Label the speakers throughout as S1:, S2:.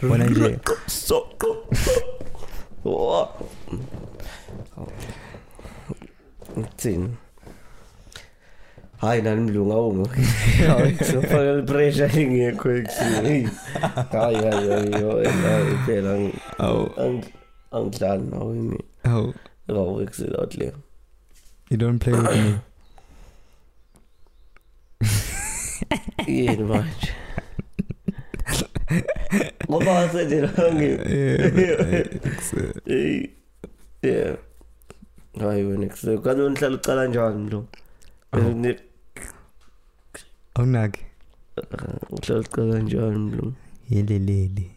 S1: when I say
S2: Uthini hayi nani mlunga ungosofanele ipressure lingekho ekusini hayi hayi hayi hayi, hayi phela angi-
S1: oh
S2: angi- angidlali nawe mina
S1: oh
S2: ngawo ekuseni outleyo
S1: you don't play with me.
S2: yini manje ngoba wasenjelange
S1: Yeah, it's, uh,
S2: yeah hayi wena ekuseni kanti wena uhlala ucala njani mlo
S1: Oh.
S2: Ne-
S1: awunaki
S2: uhlala ucala njani mlo
S1: yelelele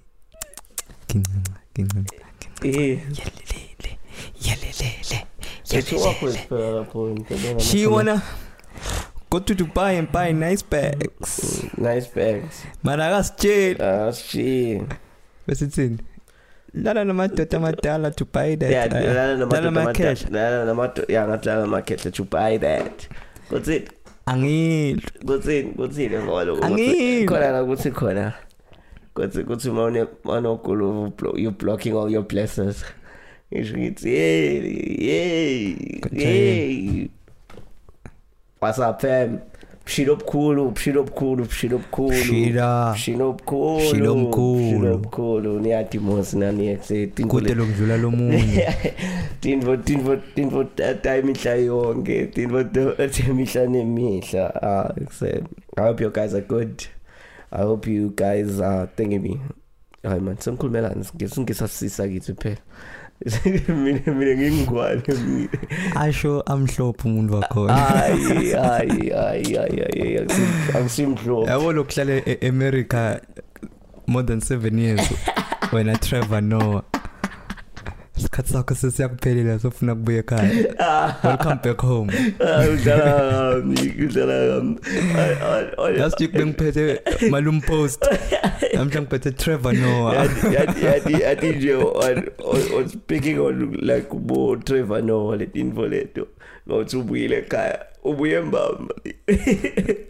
S1: kincanca kincanca
S2: Eh,
S1: yelelele yelelele
S2: it's awkward phela lapho wena, phela wena
S1: she
S2: mafuna-
S1: wanna go to dubai and buy nice bags
S2: Nice bags.
S1: mara akasitsheli
S2: Ah, she.
S1: besithini lala namadoda amadala to buy
S2: Yeah,
S1: that uh,
S2: lana
S1: Lana
S2: namadoda
S1: Makhetla.
S2: lana namadoda yeah ngatlala market let you buy that. Kuthi
S1: angilo
S2: kuthi kuthi le ngolo.
S1: Angilo.
S2: Khona la kuthi khona. Kuthi kuthi mawune manogulu blo- you blocking all your blessings. Isho ngithi hey
S1: Kutshela.
S2: hey hey. What's up fam? Pshilo obukhulu, pshilo obukhulu, pshilo obukhulu.
S1: shira
S2: Shilo obukhulu.
S1: Shilo omkhulu.
S2: Shilo obukhulu. Niyadimosi nani ekuseni.
S1: kude lokudlula lomunye
S2: tintfo tintfo tintfo ta- ta imihla yonke tintfo te- temihla nemihla Ah, ekuseni. i hope you guys are good i hope you guys are thinking me hayi man sengikhulumelani singisasisa kithi phela mina mina ngingigwane mina
S1: asho amhlophe umuntu
S2: Ah,
S1: wakhona
S2: hayi hayi hayi hayi hayi angisi- angisimhlophe
S1: yabo lokuhlala e-america more than seven years wena trevor noah isikhathi sakho sesiyakuphelela sofuna kubuya ekhaya welcome back home
S2: Ah, udlala kambi udlala kambi Ay, ay, ay.
S1: last week bengiphethe malum post namhla ngiphethe trevor noah
S2: Yathi- yathi- yathi- yathi nje on- on- on speaking on like bo trevor nowa letinfo leto nokuthi ubuyile ekhaya ubuye mbamba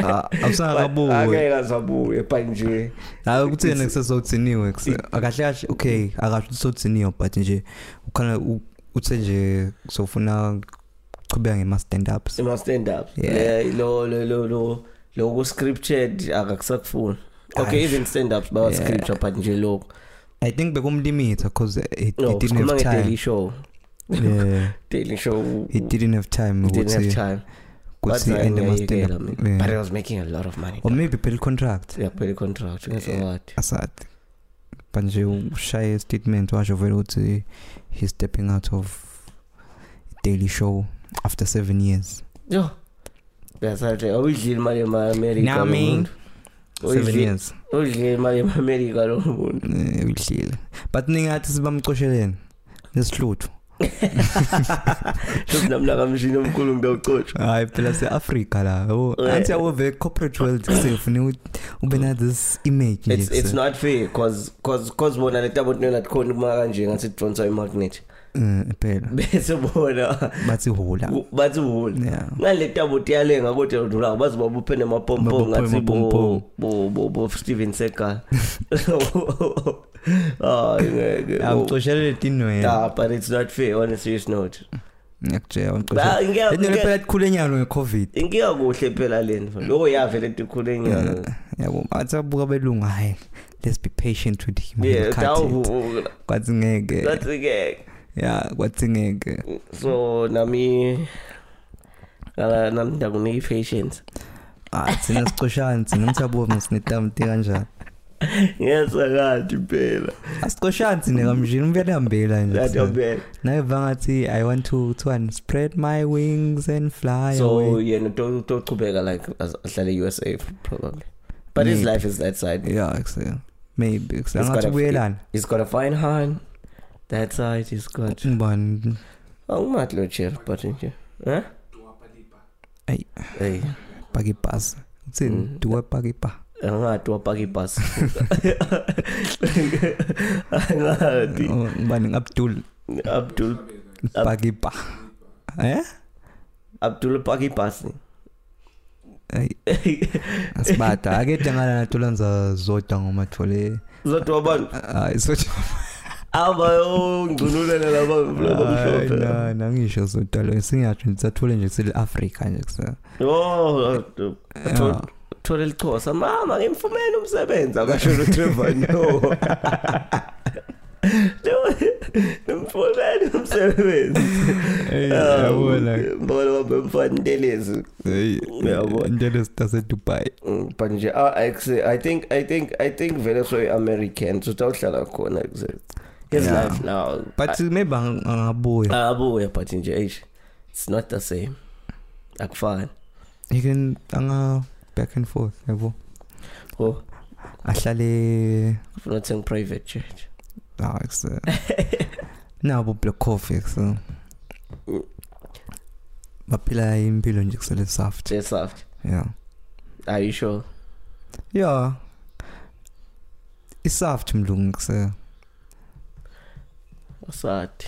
S1: Ah, awusangakabuyi.
S2: But angeke azabuye but nje
S1: hayi ukuthi yena kusesowuthiniwe kahle kahle okay akasho ukuthi sowuthiniwe but nje ukhona u- uthe nje sofuna chubeka ngema-stand ups
S2: ima-stand up
S1: Yeah.
S2: Le- lo- lo- lo- lo- loku-scripted akakusakufuni okay
S1: Aish.
S2: even stand ups bawascripture but nje lokhu
S1: i think bekumlimitha because it,
S2: no
S1: it didn't
S2: sikhuluma
S1: have
S2: nge-daily
S1: time
S2: show
S1: yeah
S2: daily show
S1: it didn't have time
S2: didn't have
S1: ukuthi
S2: time
S1: kutsi
S2: But
S1: ende ma-stand
S2: ngiyayekela
S1: up
S2: mina. but i
S1: Yeah.
S2: was making a lot of money
S1: or maybe phela i-contract
S2: yaphela i-contract ngesawati
S1: asathi but nje ushaye i-statement washo vele ukuthi he's stepping out of daily show after seven years
S2: yo yasathi awuyidlile imali yama-amerika
S1: Nami.
S2: Oh,
S1: seven years
S2: udlile imali yama-amerika lo muntu
S1: Eh, uyihlile but ningathi sibamcoshelene nesihluthu
S2: shothi namnakamshini omkhulu ngitawucotshwa
S1: hayi phela se-afrika la yabo
S2: Eh.
S1: anti yabo vele corporate world kusefune ube na this image
S2: It's,
S1: nje
S2: it's
S1: kuse.
S2: not fair cause cause cause bona letabotnela tikhona kuma kanje ngathi donswa imagnet
S1: Eh, phela
S2: bese bona
S1: bathi hola
S2: bathi hula
S1: yeah
S2: ngaletaboti yalenga kodwa lodlulako baze babuphe nemapompom
S1: Babophe
S2: ngathi bo-
S1: nemapompom.
S2: bo- bo- bo steven segal hayi ngeke bo-
S1: amcoshelele tinwele
S2: Ah, Oh, but it's not fair on a serious note
S1: ngiyakujeka
S2: Ba-
S1: amcoshelele
S2: ngeke-
S1: Letinwele
S2: ngeke-
S1: phela tikhule nyalo nge-covid
S2: inkinga kuhle phela lento loko yavele tikhule nyana
S1: Eh, yabo athi abuka belunga hayi let's be patient with him
S2: yeah
S1: We'll cut eh, it. Eh.
S2: dawuhula
S1: kwathi ngeke
S2: that's ngeke
S1: ya kwathi ngeke
S2: so nami ngala nami ndakuniki patience
S1: ah thina sicoshana thina mthabomi sinetamti kanjani
S2: ngiyasakati phela
S1: asicoshani thina kamjini umvelihambela nje
S2: yatobela
S1: naye vangathi i want to to unspread my wings and fly
S2: so
S1: away
S2: yena to- tochubeka like as- ahlale usa probably but his
S1: Maybe.
S2: life is that side
S1: yeah exe- maybe exe-
S2: It's
S1: angathi
S2: gotta-
S1: ubuyelana
S2: he's got a fine hand that side he's got
S1: ngibani
S2: awumathi lo chair but nje eh
S1: Ayi.
S2: hey
S1: bhaka ibhasi uthini
S2: Mm.
S1: duwe bhaka ibhasi
S2: angati wapaka ibhasi angati
S1: Oh, ngibani ngabdul
S2: abdul
S1: bhaka ibha eh
S2: abdul paka ibhasi
S1: Ayi, asibada ake dangana natulanza zodwa ngomathole
S2: zodwa abantu
S1: hayi sothi
S2: abayongcululana
S1: Hayi,
S2: labamhlophe
S1: äh, na- nangisho sodalo singasho ngisathole nje sele-afrika nje kusasa
S2: oh
S1: Yeah.
S2: thole lixhosa mama ngimfumene umsebenzi akasho notrevor no nimfumene umsebenzi
S1: Hey,
S2: Ah,
S1: yabona
S2: bona babemfantelezi
S1: Hey,
S2: Yabona.
S1: intela tasedubai
S2: Mm, but nje ah, akuse- i think i think i think vele soyi-american sutawuhlala khona akuse. his
S1: Yeah.
S2: life now
S1: but maybe ang- angabuya
S2: abuya but nje eish it's not the same akufani
S1: he can anga äh, back and forth yabo
S2: oh
S1: ahlale
S2: ufuna uthenga private church
S1: ah kusasa nabo black coffee kusasa baphila impilo nje kusele soft
S2: just after
S1: yeah
S2: are you sure
S1: Ja. Isaft mlungu kuse.
S2: usati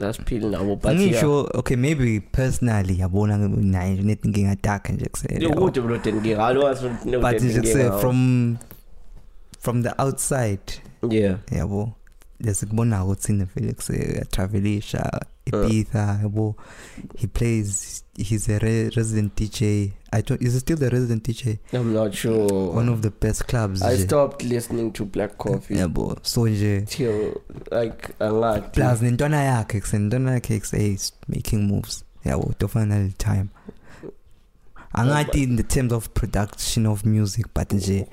S2: lasiphile nabo but yeah.
S1: Ngisho okay maybe personally yabona naye nje net nginga dark nje
S2: Yo,
S1: kuse.
S2: kude mlote ngingalowazi
S1: äh, But nje kuse from from the outside
S2: yeah
S1: yabo lesikubona ukuthi ne Felix travelisha Ibiza yabo he plays he's a re resident DJ I don't is he still the resident DJ
S2: i'm not sure
S1: one of the best clubs
S2: i
S1: nje.
S2: stopped listening to black coffee
S1: yabo so nje
S2: till like angathi
S1: plus nentwana yakhe kusentwana yakhe kusays making moves yabo tofana naleli time angathi in the terms of production of music but nje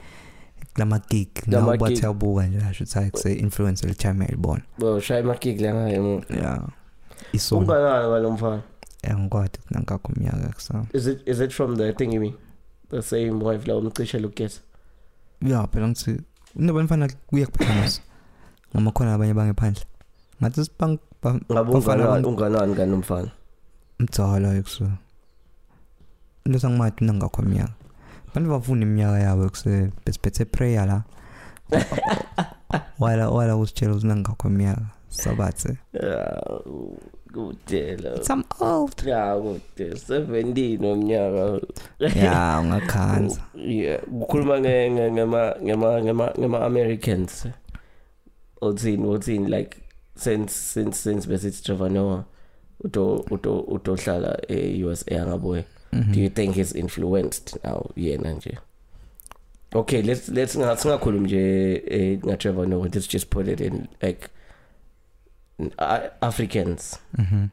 S1: kulama-gig nawubathi
S2: gig.
S1: uyabuka nje asho ukuthi hayi kuse-influence le time yayibona
S2: boshaya amakiki langayo
S1: ya isona
S2: unganani ngalo mfana
S1: angikwadi ukuthi nankakho umnyaka kusa
S2: is it is it from the thing me the same wife la umcishe lugesa
S1: ya phela ngithi unabanifana kuya kuphakamisa ngoma khona abanye bangephandle ngathi sibang
S2: ngabe
S1: Bafana
S2: unganani
S1: bang-
S2: unganani kanomfana
S1: mdzala kuse lesa ngimati nangakho iminyaka bantu bavuna iminyaka yabo kuse besiphethe prayer la wala wala usitshela ukuthi nangakho iminyaka sabathe
S2: Yeah, kudela
S1: some old
S2: ya kude 17 omnyaka
S1: ya ungakhanza
S2: yeah ukhuluma nge- nge- ngema ngema ngema ngema Americans uthini uthini like since since since besithi Trevor Noah uto uto utohlala e-USA angabuye do
S1: Hmm.
S2: you think he's influenced now yena nje okay let's let's nga- singakhulumi nje eh, nga Trevor Noah let's just put it in like n- A- Africans
S1: Mhm.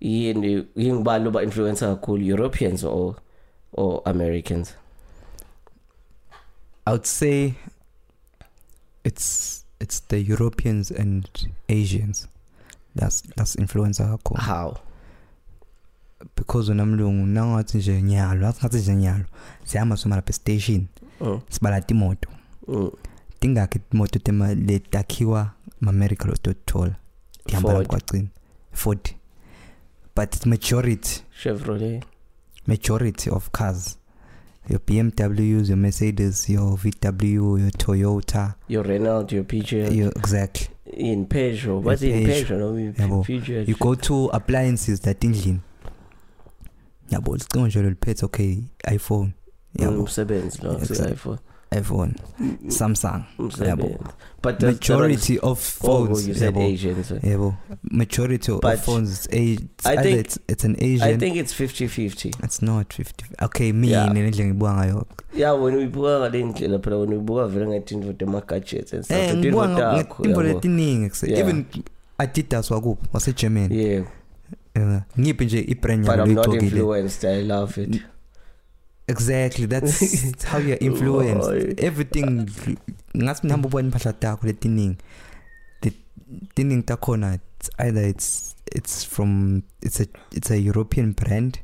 S2: yini yingibalo ba influence kakhulu Europeans or or Americans
S1: i would say it's it's the europeans and asians that's that's influencer kakhulu
S2: how
S1: because unamlungu nangathi nje nyalo asingathi nje nyalo sihamba soma lapha estation
S2: mm.
S1: sibala timoto
S2: Mm.
S1: tingakhi timoto tema letakhiwa ma-america lotothola ndihamba
S2: Ford.
S1: lakwagcina forty but majority
S2: Chevrolet
S1: majority of cars your bmws your mercedes your vw your toyota
S2: your Renault your Peugeot
S1: your, exactly
S2: in Peugeot but in
S1: Peugeot.
S2: Peugeot no in
S1: Yabo.
S2: Peugeot
S1: you go to appliances that endlini yabo licingo nje loliphethe okay iphone yabo
S2: Mm, umsebenzi lo
S1: Exactly.
S2: sifo
S1: iphone samsung
S2: umsebenzi but that's-
S1: majority of
S2: oh,
S1: phones
S2: you said
S1: yabo
S2: Asians eh?
S1: yebo majority
S2: But
S1: of phones it's, a, it's
S2: I
S1: either
S2: think-
S1: it's, it's an asian
S2: I think it's 50-50
S1: It's not 50. Okay,
S2: Yeah.
S1: mina nendlela ngibuka ngayo.
S2: ya wena uyibuka ngale ndlela phela wena uyibuka vele ngetinto tema-gadgets and
S1: Eh,
S2: stuff
S1: ngibuka
S2: Tinto
S1: nga-
S2: takho,
S1: ngetimbo
S2: yabo.
S1: letiningi. kuse.
S2: Yeah.
S1: Even Adidas wakuphi? WaseGermany.
S2: yeah
S1: Yeah. Ngiphi nje i-brand
S2: but
S1: yabo
S2: I'm not
S1: leyigcokile?
S2: influenced I love it
S1: Mm. Exactly, that's how you're influenced.
S2: Oy.
S1: Everything ngathi mhlawumbe ubona impahla takho letiningi. Letiningi takhona it's either it's it's from it's a it's a European brand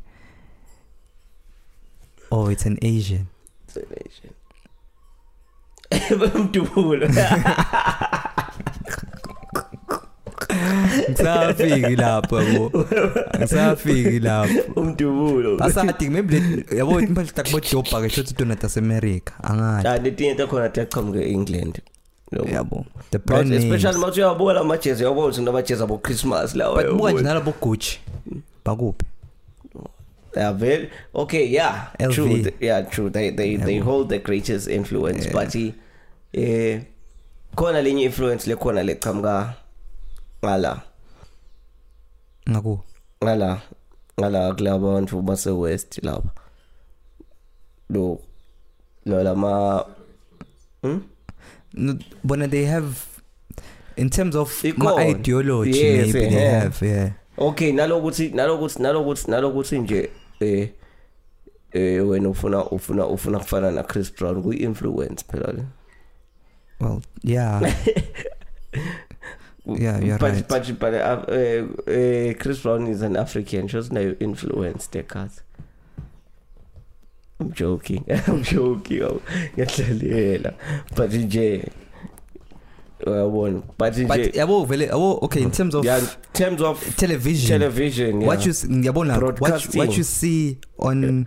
S1: or it's an Asian.
S2: Explanation. bamdubulo
S1: Ngisafiki lapho yabo. Ngisafiki lapho.
S2: umdubulo
S1: asati maybe le- yabo impahla takubodobha ke shouthi tona tasemerika angathi
S2: Ah, letinye takhona tiyachamuka e-england Yabo.
S1: yabo the
S2: But
S1: brand
S2: especially
S1: names
S2: uma uyabuka la majezi uyabona ukuthi kunamajezi abo-christmas
S1: but buka nje
S2: lawa
S1: nalabo gucci bakuphi
S2: vele okay yeah
S1: LV.
S2: true th- yeah true they, they, they
S1: Yabo.
S2: hold the greatest influence but he, eh khona lenye influence lekhona lechamuka ngala
S1: ngakuwo
S2: ngala ngala kulaba bantu base west lapha lo lo lama hm
S1: No, bona they have in terms of
S2: Ikhona.
S1: ma-ideology
S2: Yes,
S1: maybe they
S2: eh.
S1: have yeah
S2: okay nalokuthi nalokuthi nalokuthi nalokuthi nje eh eh wena ufuna ufuna ufuna kufana na Chris Brown kuyi-influence phela le
S1: well yeah Yeah, you're
S2: Mm, but,
S1: right.
S2: but but uh, eh, eh, Chris Brown is an African she was nayo influence the cars I'm joking I'm joking oh, I'm- ngiyadlalela but nje uyabona but
S1: but
S2: nje
S1: yabo vele yabo okay in terms of
S2: yeah, in terms of
S1: television
S2: television yeah.
S1: what you s- ngiyabona what you-
S2: Broadcasting.
S1: what you see on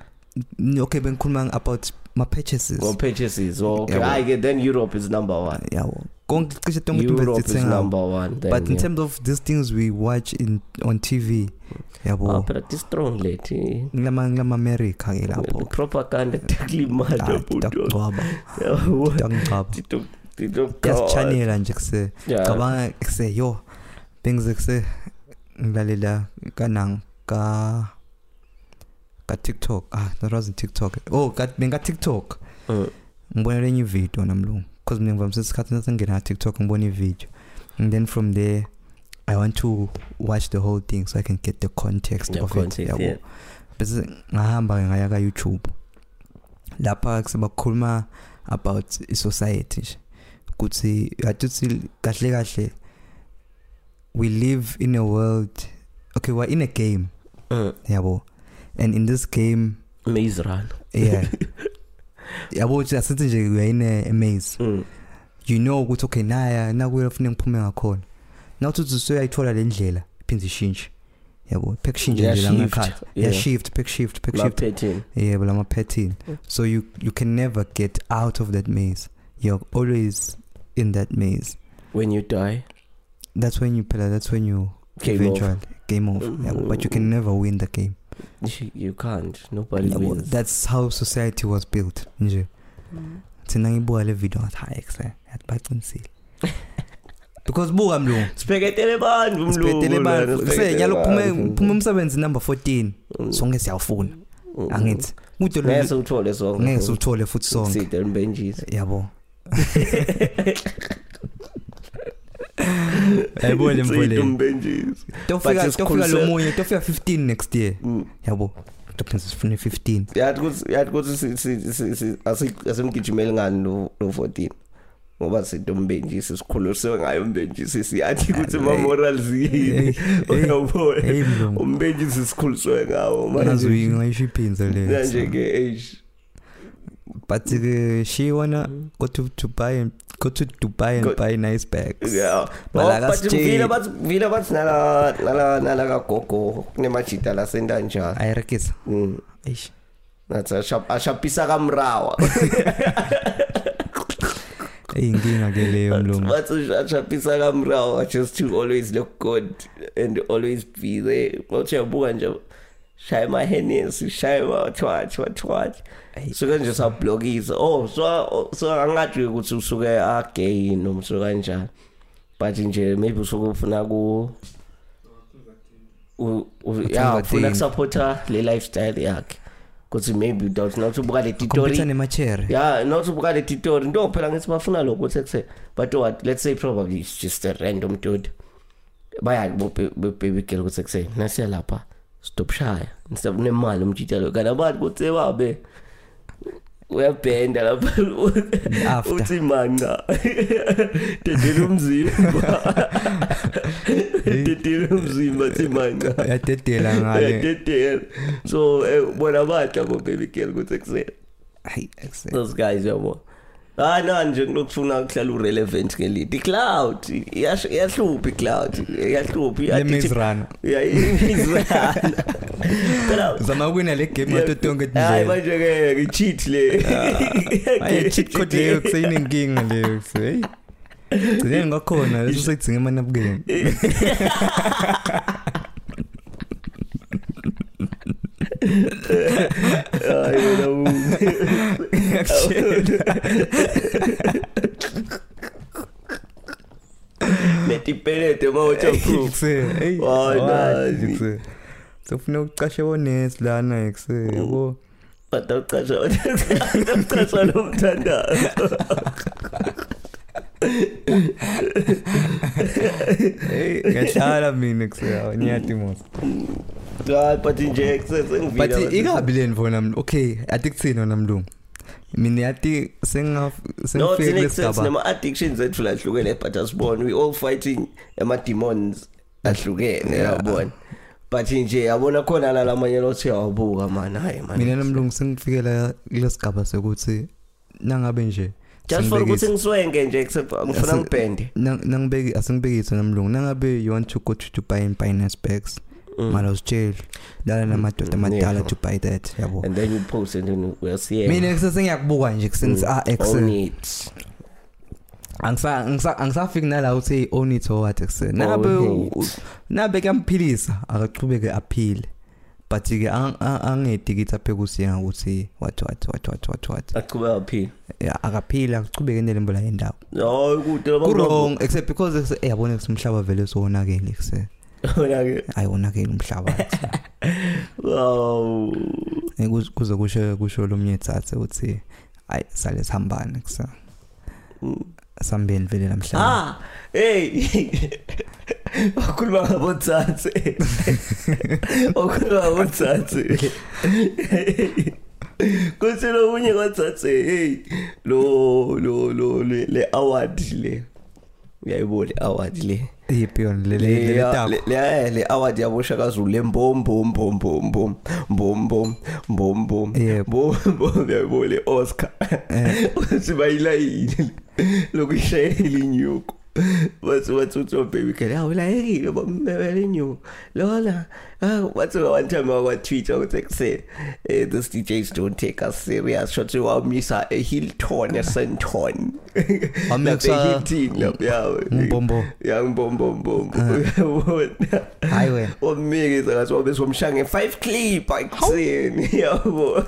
S1: okay bengikhuluma about ma purchases
S2: Well, purchases. Oh, okay.
S1: Yeah, well-
S2: I get then Europe is number one.
S1: yabo konke cishe tonke into
S2: Europe is
S1: esithenga
S2: number one. Then,
S1: um, but in
S2: yeah.
S1: terms of these things we watch in on TV
S2: ah,
S1: yabo
S2: but this strong lady.
S1: ngilama ngilama America ke
S2: The
S1: lapho
S2: propaganda technically mad.
S1: Ah,
S2: Tito,
S1: ngicabanga ngicabanga
S2: tito, tito.
S1: just channel nje kuse
S2: Yeah.
S1: cabanga kuse yo bengize kuse ngilalela kanang ka ka TikTok ah that wasn't TikTok oh ka benga TikTok
S2: Mm.
S1: ngibona lenye video namlungu because mina ngivamise isikhathi nasengena TikTok ngibona ivideo and then from there I want to watch the whole thing so I can get the context
S2: Yeah,
S1: of it
S2: context,
S1: yabo
S2: yeah.
S1: bese ngahamba ke ngaya ka YouTube lapha kusebakhuluma about i society nje ukuthi yathi kahle kahle we live in a world okay we're in a game
S2: Mm.
S1: yabo and in this game
S2: Maze run.
S1: yeah yabo uthi asithi nje we are in a, a maze
S2: Mm.
S1: you know ukuthi okay naya nakuyo fune ngiphume ngakhona nawuthi uthi usoyayithola le ndlela iphinde ishintshe yabo pekushintshe nje la
S2: Iyashift,
S1: ngakhathi
S2: yeah.
S1: yashift pekushift
S2: My
S1: pekushift
S2: pattern.
S1: yebo lama pattern
S2: Mm.
S1: so you you can never get out of that maze you're always in that maze
S2: When you die,
S1: that's when you phela that's when you
S2: game
S1: eventually game off yabo but you can never win the game
S2: off. You can't. Nobody
S1: Yabo,
S2: wins.
S1: that's how society was built nje thina ngibuka le video ngathi hayi eh, kuse yabaqinisile because buka mlungu
S2: Sibheketele bantu
S1: sibhetele
S2: mlungu.
S1: bantu kuse nyalo kuphume kuphume umsebenzi number 14
S2: Mm.
S1: sonke siyawufuna
S2: Mm.
S1: angithi kude
S2: Ngeke
S1: lo-
S2: siwuthole sonke.
S1: ngeke siwuthole futhi sonke
S2: Sit and benjis.
S1: yabo Yabo le mfule.
S2: benjis. Mm.
S1: Tofika
S2: it's
S1: tofika
S2: concern-
S1: lomunye tofika 15 next year yabo tophenza sifune 15
S2: yathi kuthi yathi kuthi si- si- si- si- asi- asimgijimeli ngani lo lo 14 ngoba sintombentshisi sikhuliswe ngayo mbentshisi siyathi ukuthi ma-morals yini
S1: Hey, hey,
S2: uyabona
S1: hey mlungu
S2: umbentshisi sikhuliswe ngawo
S1: nazi
S2: manje
S1: ngayisho iphinza le so.
S2: nanje-ke eish
S1: but ke she wanna go to Dubai and go to Dubai and
S2: Go-
S1: buy nice bags
S2: yeah
S1: But
S2: Oh,
S1: like
S2: but
S1: us Jay-
S2: vila bathi vila bathi nala nala nala kagogo kunemajita lasenta njalo
S1: ayirekisa
S2: Mm.
S1: eish
S2: nathi ashap- ashapisa kamrawa
S1: inkinga ke leyo mlungu
S2: But ashapisa kamrawa just to always look good and always be there. Uthi uyabuka nje shaye ama-henesi shaye ama-twatch watwatch
S1: Ayi.
S2: suke nje sablokisa oh so so angathi ukuthi usuke agay noma usuke kanjani but nje maybe usuke ufuna ku u- u- ya
S1: Uthenga
S2: ufuna
S1: thing.
S2: kusupporta le lifestyle yakhe ukuthi maybe udout not ubuka le titori
S1: computer nemachere
S2: yeah not ubuka le titori into phela ngithi bafuna lokho ukuthi kuse but what let's say probably it's just a random dude bayani bo ba- ba- baby girl ukuthi kuse nasiya lapha stop shaya instead nemali umjita lo kana abantu kutse babe uyabhenda lapha
S1: After.
S2: uthi manca dedela umzimba dedela umzimba uthi manca
S1: yadedela ngale
S2: uyadedela so eh, bona badla bo baby girl ukuthi kuse
S1: hayi exe-
S2: those guys yabo ah na nje ngilokufuna ukuhlala urelevant ngelidi cloud iyahlupha icloud iyahlupha
S1: le maze run
S2: iyayimizana phela
S1: zama kuwina le game ngato tonke
S2: hayi
S1: indlela
S2: manje ke ngicheat le
S1: hayi cheat code leyo kuseyinenkinga leyo kuse hey gcine ngakhona leso sekudzinga emanabukeni
S2: hayi wena u- netipelede uma waterproof Oh, nani.
S1: sofuna ucashe bonesi lana ekuse yabo
S2: batawucasha batawucasha ne? lomthandazo
S1: Hey, ngiyahlala mina ekuse nyati mos
S2: hayi Ah, but nje
S1: but
S2: sengivile
S1: ikabi leni vona mlungu okay ati kuthini wona mlungu mina yati sengingaf-
S2: no
S1: sengifike
S2: thina
S1: kulesi
S2: kusasa
S1: gaba
S2: nama-addictions ethu lahlukene but asibone we all fighting ama-demons ahlukene
S1: Yeah.
S2: yabona but nje yabona khona la lamanye lothi uyawabuka mani hayi
S1: mina
S2: mani
S1: nomlungu sengifikela kulesi gaba sokuthi nangabe nje
S2: just for ukuthi
S1: sengibeke-
S2: ngiswenke nje except ngifuna
S1: Asi-
S2: ngibhende
S1: nang- nangibeki- asingibekise nomlungu nangabe you want to go to dubai and buy nespecs
S2: Mm.
S1: mara usitsheli lala namadoda
S2: Mm, yeah.
S1: amadala to buy that yabo
S2: and then you post and then
S1: mina
S2: uyasiyena
S1: ekuseni sengiyakubuka nje
S2: Mm.
S1: kusenzi ah ekuseni Angisa- angisa- angisafiki nala uthi own it or what ekuseni nabe u- u- nabe kuyamphilisa akaqhubeke aphile but ke ang- ang- e angedi kithi apheke usiyena ukuthi what what what what what what
S2: aqhubeka aphila
S1: Ya, akaphile akuchubeke nele mbola yendawo
S2: hayi kude laba-
S1: kurong except because ekuse- eh, yabona ukuthi umhlaba vele sowonakele ekuse
S2: Yabona-ke.
S1: ayiwonakele umhlaba
S2: Wow.
S1: Eh, kuze- kuze kusho kusho lomnye thathe ukuthi ayi sale sihambane kusa
S2: Mm.
S1: sambeni vele namhlanje
S2: ah hey wakhuluma ngabotsatsi wakhuluma ngabotsatsi kutsi lokunye kwatsatsi hey lo lo lo le le award le uyayibona le award le
S1: ipion leletakho
S2: le eh, le award yabosha kazulu le mbom bom bom bom bom bom bom bom bom
S1: Yeah.
S2: bom bom yabo le Oscar uthi bayilayile lokuyishayela inyoko bathi bathi uthi oh, baby girl hawu layekile bamebela inyoko lona hawu bathi one time wakwatwitter ukuthi ekuseni eh, these DJs don't take us serious shothi wamisa eHilton eSenton
S1: Wamisa-
S2: Hilton lapha yawe
S1: ngumbombo
S2: yangibombombombo uyabona
S1: hayi wena
S2: wamikisa ngathi wabe somshaya nge-five clip akuseni yabona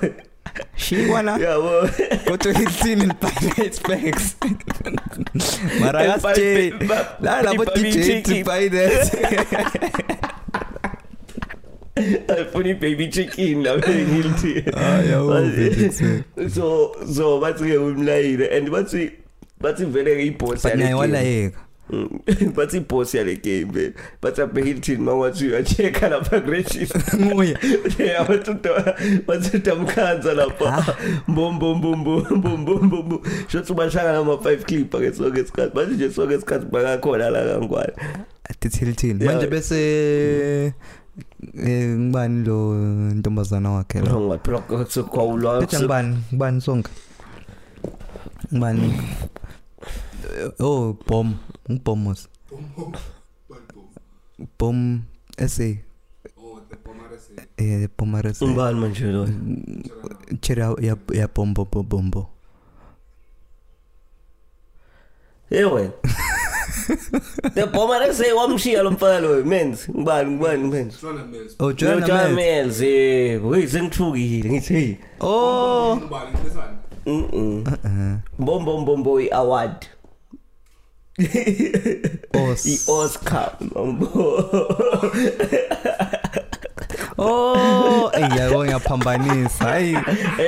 S1: shikwana
S2: yabona
S1: kodwa ithini nibhayispecs mara yasitsheli la labo dj buy that
S2: afuna i-baby chicken lapha engilthi
S1: Hayi, awuve nje kuseni.
S2: so so bathi-ke umlayile and bathi bathi vele-ke ibhosi
S1: but
S2: yale
S1: naye
S2: game-
S1: walayeka
S2: Mm. bathi ibhosi yale game eh. vele bathi abehilton ma wathi uyachecka lapha kuregista
S1: nguye
S2: bathuta mkhanza
S1: Ah,
S2: lapha mbombombombombombombombo shothi ubashangana ama-five clip ake sonke isikhathi manje nje sonke isikhathi bakakhona la kangwane
S1: tithilithini
S2: Yeah.
S1: manje bese eh, ngubani lo ntombazana wakhe lo Bethu
S2: ngiwaphlokosokhawulwa
S1: ngibani ngibani sonke ngibani Eh, oh bom ngibomos bom essay eh bomares
S2: ubani manje loyo
S1: chera ya ya bombo bo- bombo
S2: e wena the bomarese wamshiya lo mfana loyo mens ngubani ngubani mens
S1: oh Joanna Mel
S2: mens e weyi sengithukile ngithi heyi
S1: oh
S2: mm-mm.
S1: Eh,
S2: mbombombombombo i-award
S1: os
S2: i-oscar Mbombo.
S1: oh eyabo ngiyaphambanisa hayi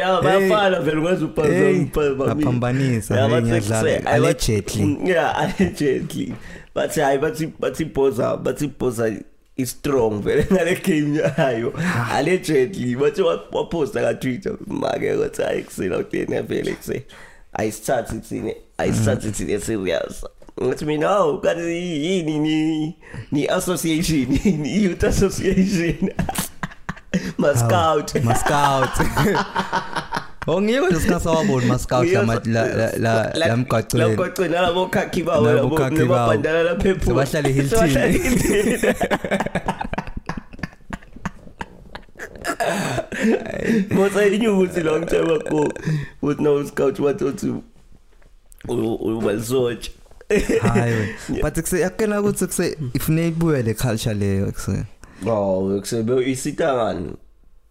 S2: ya bayafana vele ngwazi
S1: Hey, ngaphambanisa hey, ngiyadlala allegedly
S2: yeah allegedly bathi hayi bathi bathi ibhoza bathi ibhoza i-strong vele ngale game yayo allegedly bathi wa- waposta katwitter make kothi hayi kusena utena vele kuse ayisithathi thine ayisithathi thine serious ngathi mina hawu kanti yini ni- ni-association i-youth association mascout
S1: mascout Ah, oh ngiyo nje sikhathi sawabona mascout la ma- la la- la- la mgwacweni
S2: lamgwacweni alabo khakhi bawo
S1: Nalabo khakhi bawo.
S2: namabhandala laphephula
S1: Sebahlala e-Hilton.
S2: mosa inyukuthi la ngitshela bakho uthi na uscout wathi uthi Oh, ubalisotsha
S1: hayi wena. but kuse yakena ukuthi kuse ifune ibuye le culture leyo kuse
S2: oh kusebe isita ngani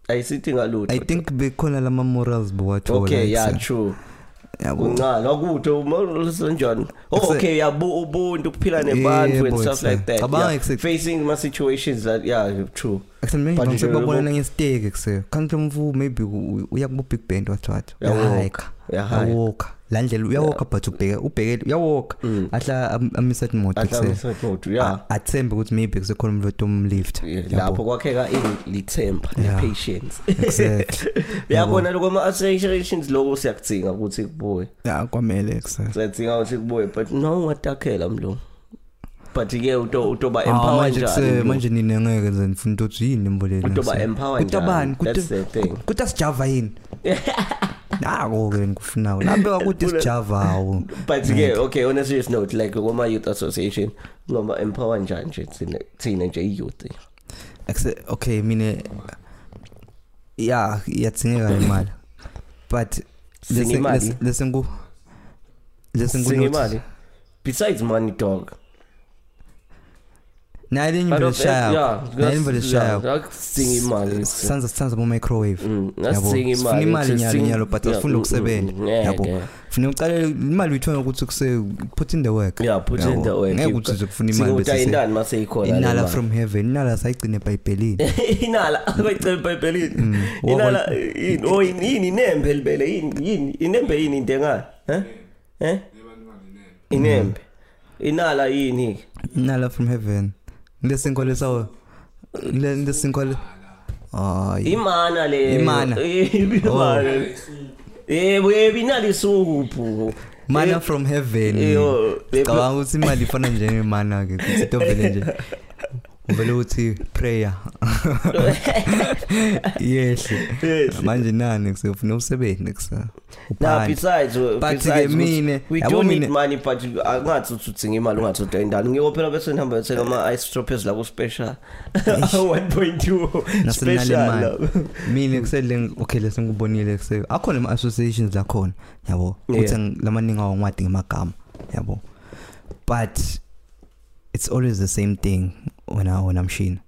S2: ayisithi ngalutho
S1: i think bekhona lama morals bowathola
S2: okay
S1: kuse.
S2: yeah true
S1: yabo
S2: uncane akude umasenjani oh
S1: Exa-
S2: okay yabu ubuntu ukuphila nebantu and
S1: Yebo,
S2: stuff like that
S1: cabanga
S2: yeah.
S1: exa-
S2: facing ma situations that yeah true
S1: Ekuseni manje
S2: But
S1: bangise
S2: nje yabo-
S1: babonana ngesiteki kuseni kanti umvu maybe u- uya kubo big band wathi wathi
S2: Uyawalk,
S1: uyahike
S2: uyahiker.
S1: uyawalk la ndlela uyawalk but ubheke ubheke uyawalk
S2: Mm.
S1: ahla am- amise imoto
S2: Ahla
S1: kuseni
S2: umsitho uthi, yeah
S1: athembe ukuthi maybe kusekhona umloto umlift
S2: Yeah, lapho kwakheka i- lithemba
S1: Yeah.
S2: nepatience
S1: exactly
S2: uyabona lokho ama-associations lokho siyakudinga ukuthi kubuye
S1: ya kwamele kuseni
S2: siyadinga ukuthi kubuye but no ungatakhela mlo but-ke uto- utoba
S1: Ah,
S2: empower
S1: manje
S2: njani
S1: kuse
S2: mlo?
S1: manje nina ngeke nje nifuna ukuthi yini imbolelo
S2: Kutoba empower njani?
S1: kutabani
S2: That's the thing.
S1: kutasijava yini nako ke ngikufunayo nabeka ukuthi sijava awu
S2: but yeah, okay on a serious note like Roma Youth Association noma empower njani nje thina- thina nje i-youth eh?
S1: Akse- Mm. okay mine ya iyadingeka imali but
S2: Singa imali?
S1: lesengu
S2: Singa imali besides money dog
S1: naye
S2: I
S1: lenye
S2: don't-
S1: belishaya
S2: yeah,
S1: naye
S2: that's-
S1: belishaya
S2: yeah, akusinga imali
S1: sanza sanza bo microwave
S2: Mm,
S1: Yabo,
S2: akusinga
S1: sifuna imali
S2: it's
S1: nyalo
S2: sing-
S1: nyalo but
S2: yeah,
S1: asifuni
S2: mm,
S1: ukusebenza
S2: mm, ngeke.
S1: yabo funa uqale imali uyithola ukuthi kuse put in the work
S2: yeah put in
S1: Yabo.
S2: the work
S1: Ngeke uthi nje kufuna imali
S2: Singota
S1: bese
S2: indani mase ikhona le
S1: inala
S2: mali.
S1: from heaven inala sayigcine ebhayibhelini
S2: inala abayicela
S1: Mm,
S2: ebhayibhelini inala yini oh, yini yini inembe libele yini yini inembe yini into engani eh eh inembe inala yini
S1: inala from heaven lesinkole sawo lesinkole hayi
S2: imana le
S1: Imana. Oh.
S2: imana yebo yebo inala isuphu
S1: mana Mm. from heaven
S2: Yo,
S1: cabanga ukuthi imali ifana njengemana ke kuthi tovele nje uvele uthi prayer yehle
S2: Yehle.
S1: manje nani kusefuna umsebenzi kusa
S2: Now
S1: uphandle.
S2: besides uh,
S1: But
S2: besides
S1: ke
S2: ukuthi
S1: mine,
S2: we
S1: yabo
S2: do need
S1: mine-
S2: money but ah, angathi uthi udinga imali ungathi udinga indalo ngeke phela bese nihamba bethenga ama ice troppers labo special 1.2
S1: nasenale
S2: special
S1: mali mina kusele okay lesi ngibonile kuse akhona ama associations lakhona yabo
S2: Yeah.
S1: ukuthi ang- lamaningi awangwadi ngemagama yabo but it's always the same thing wena wena mshini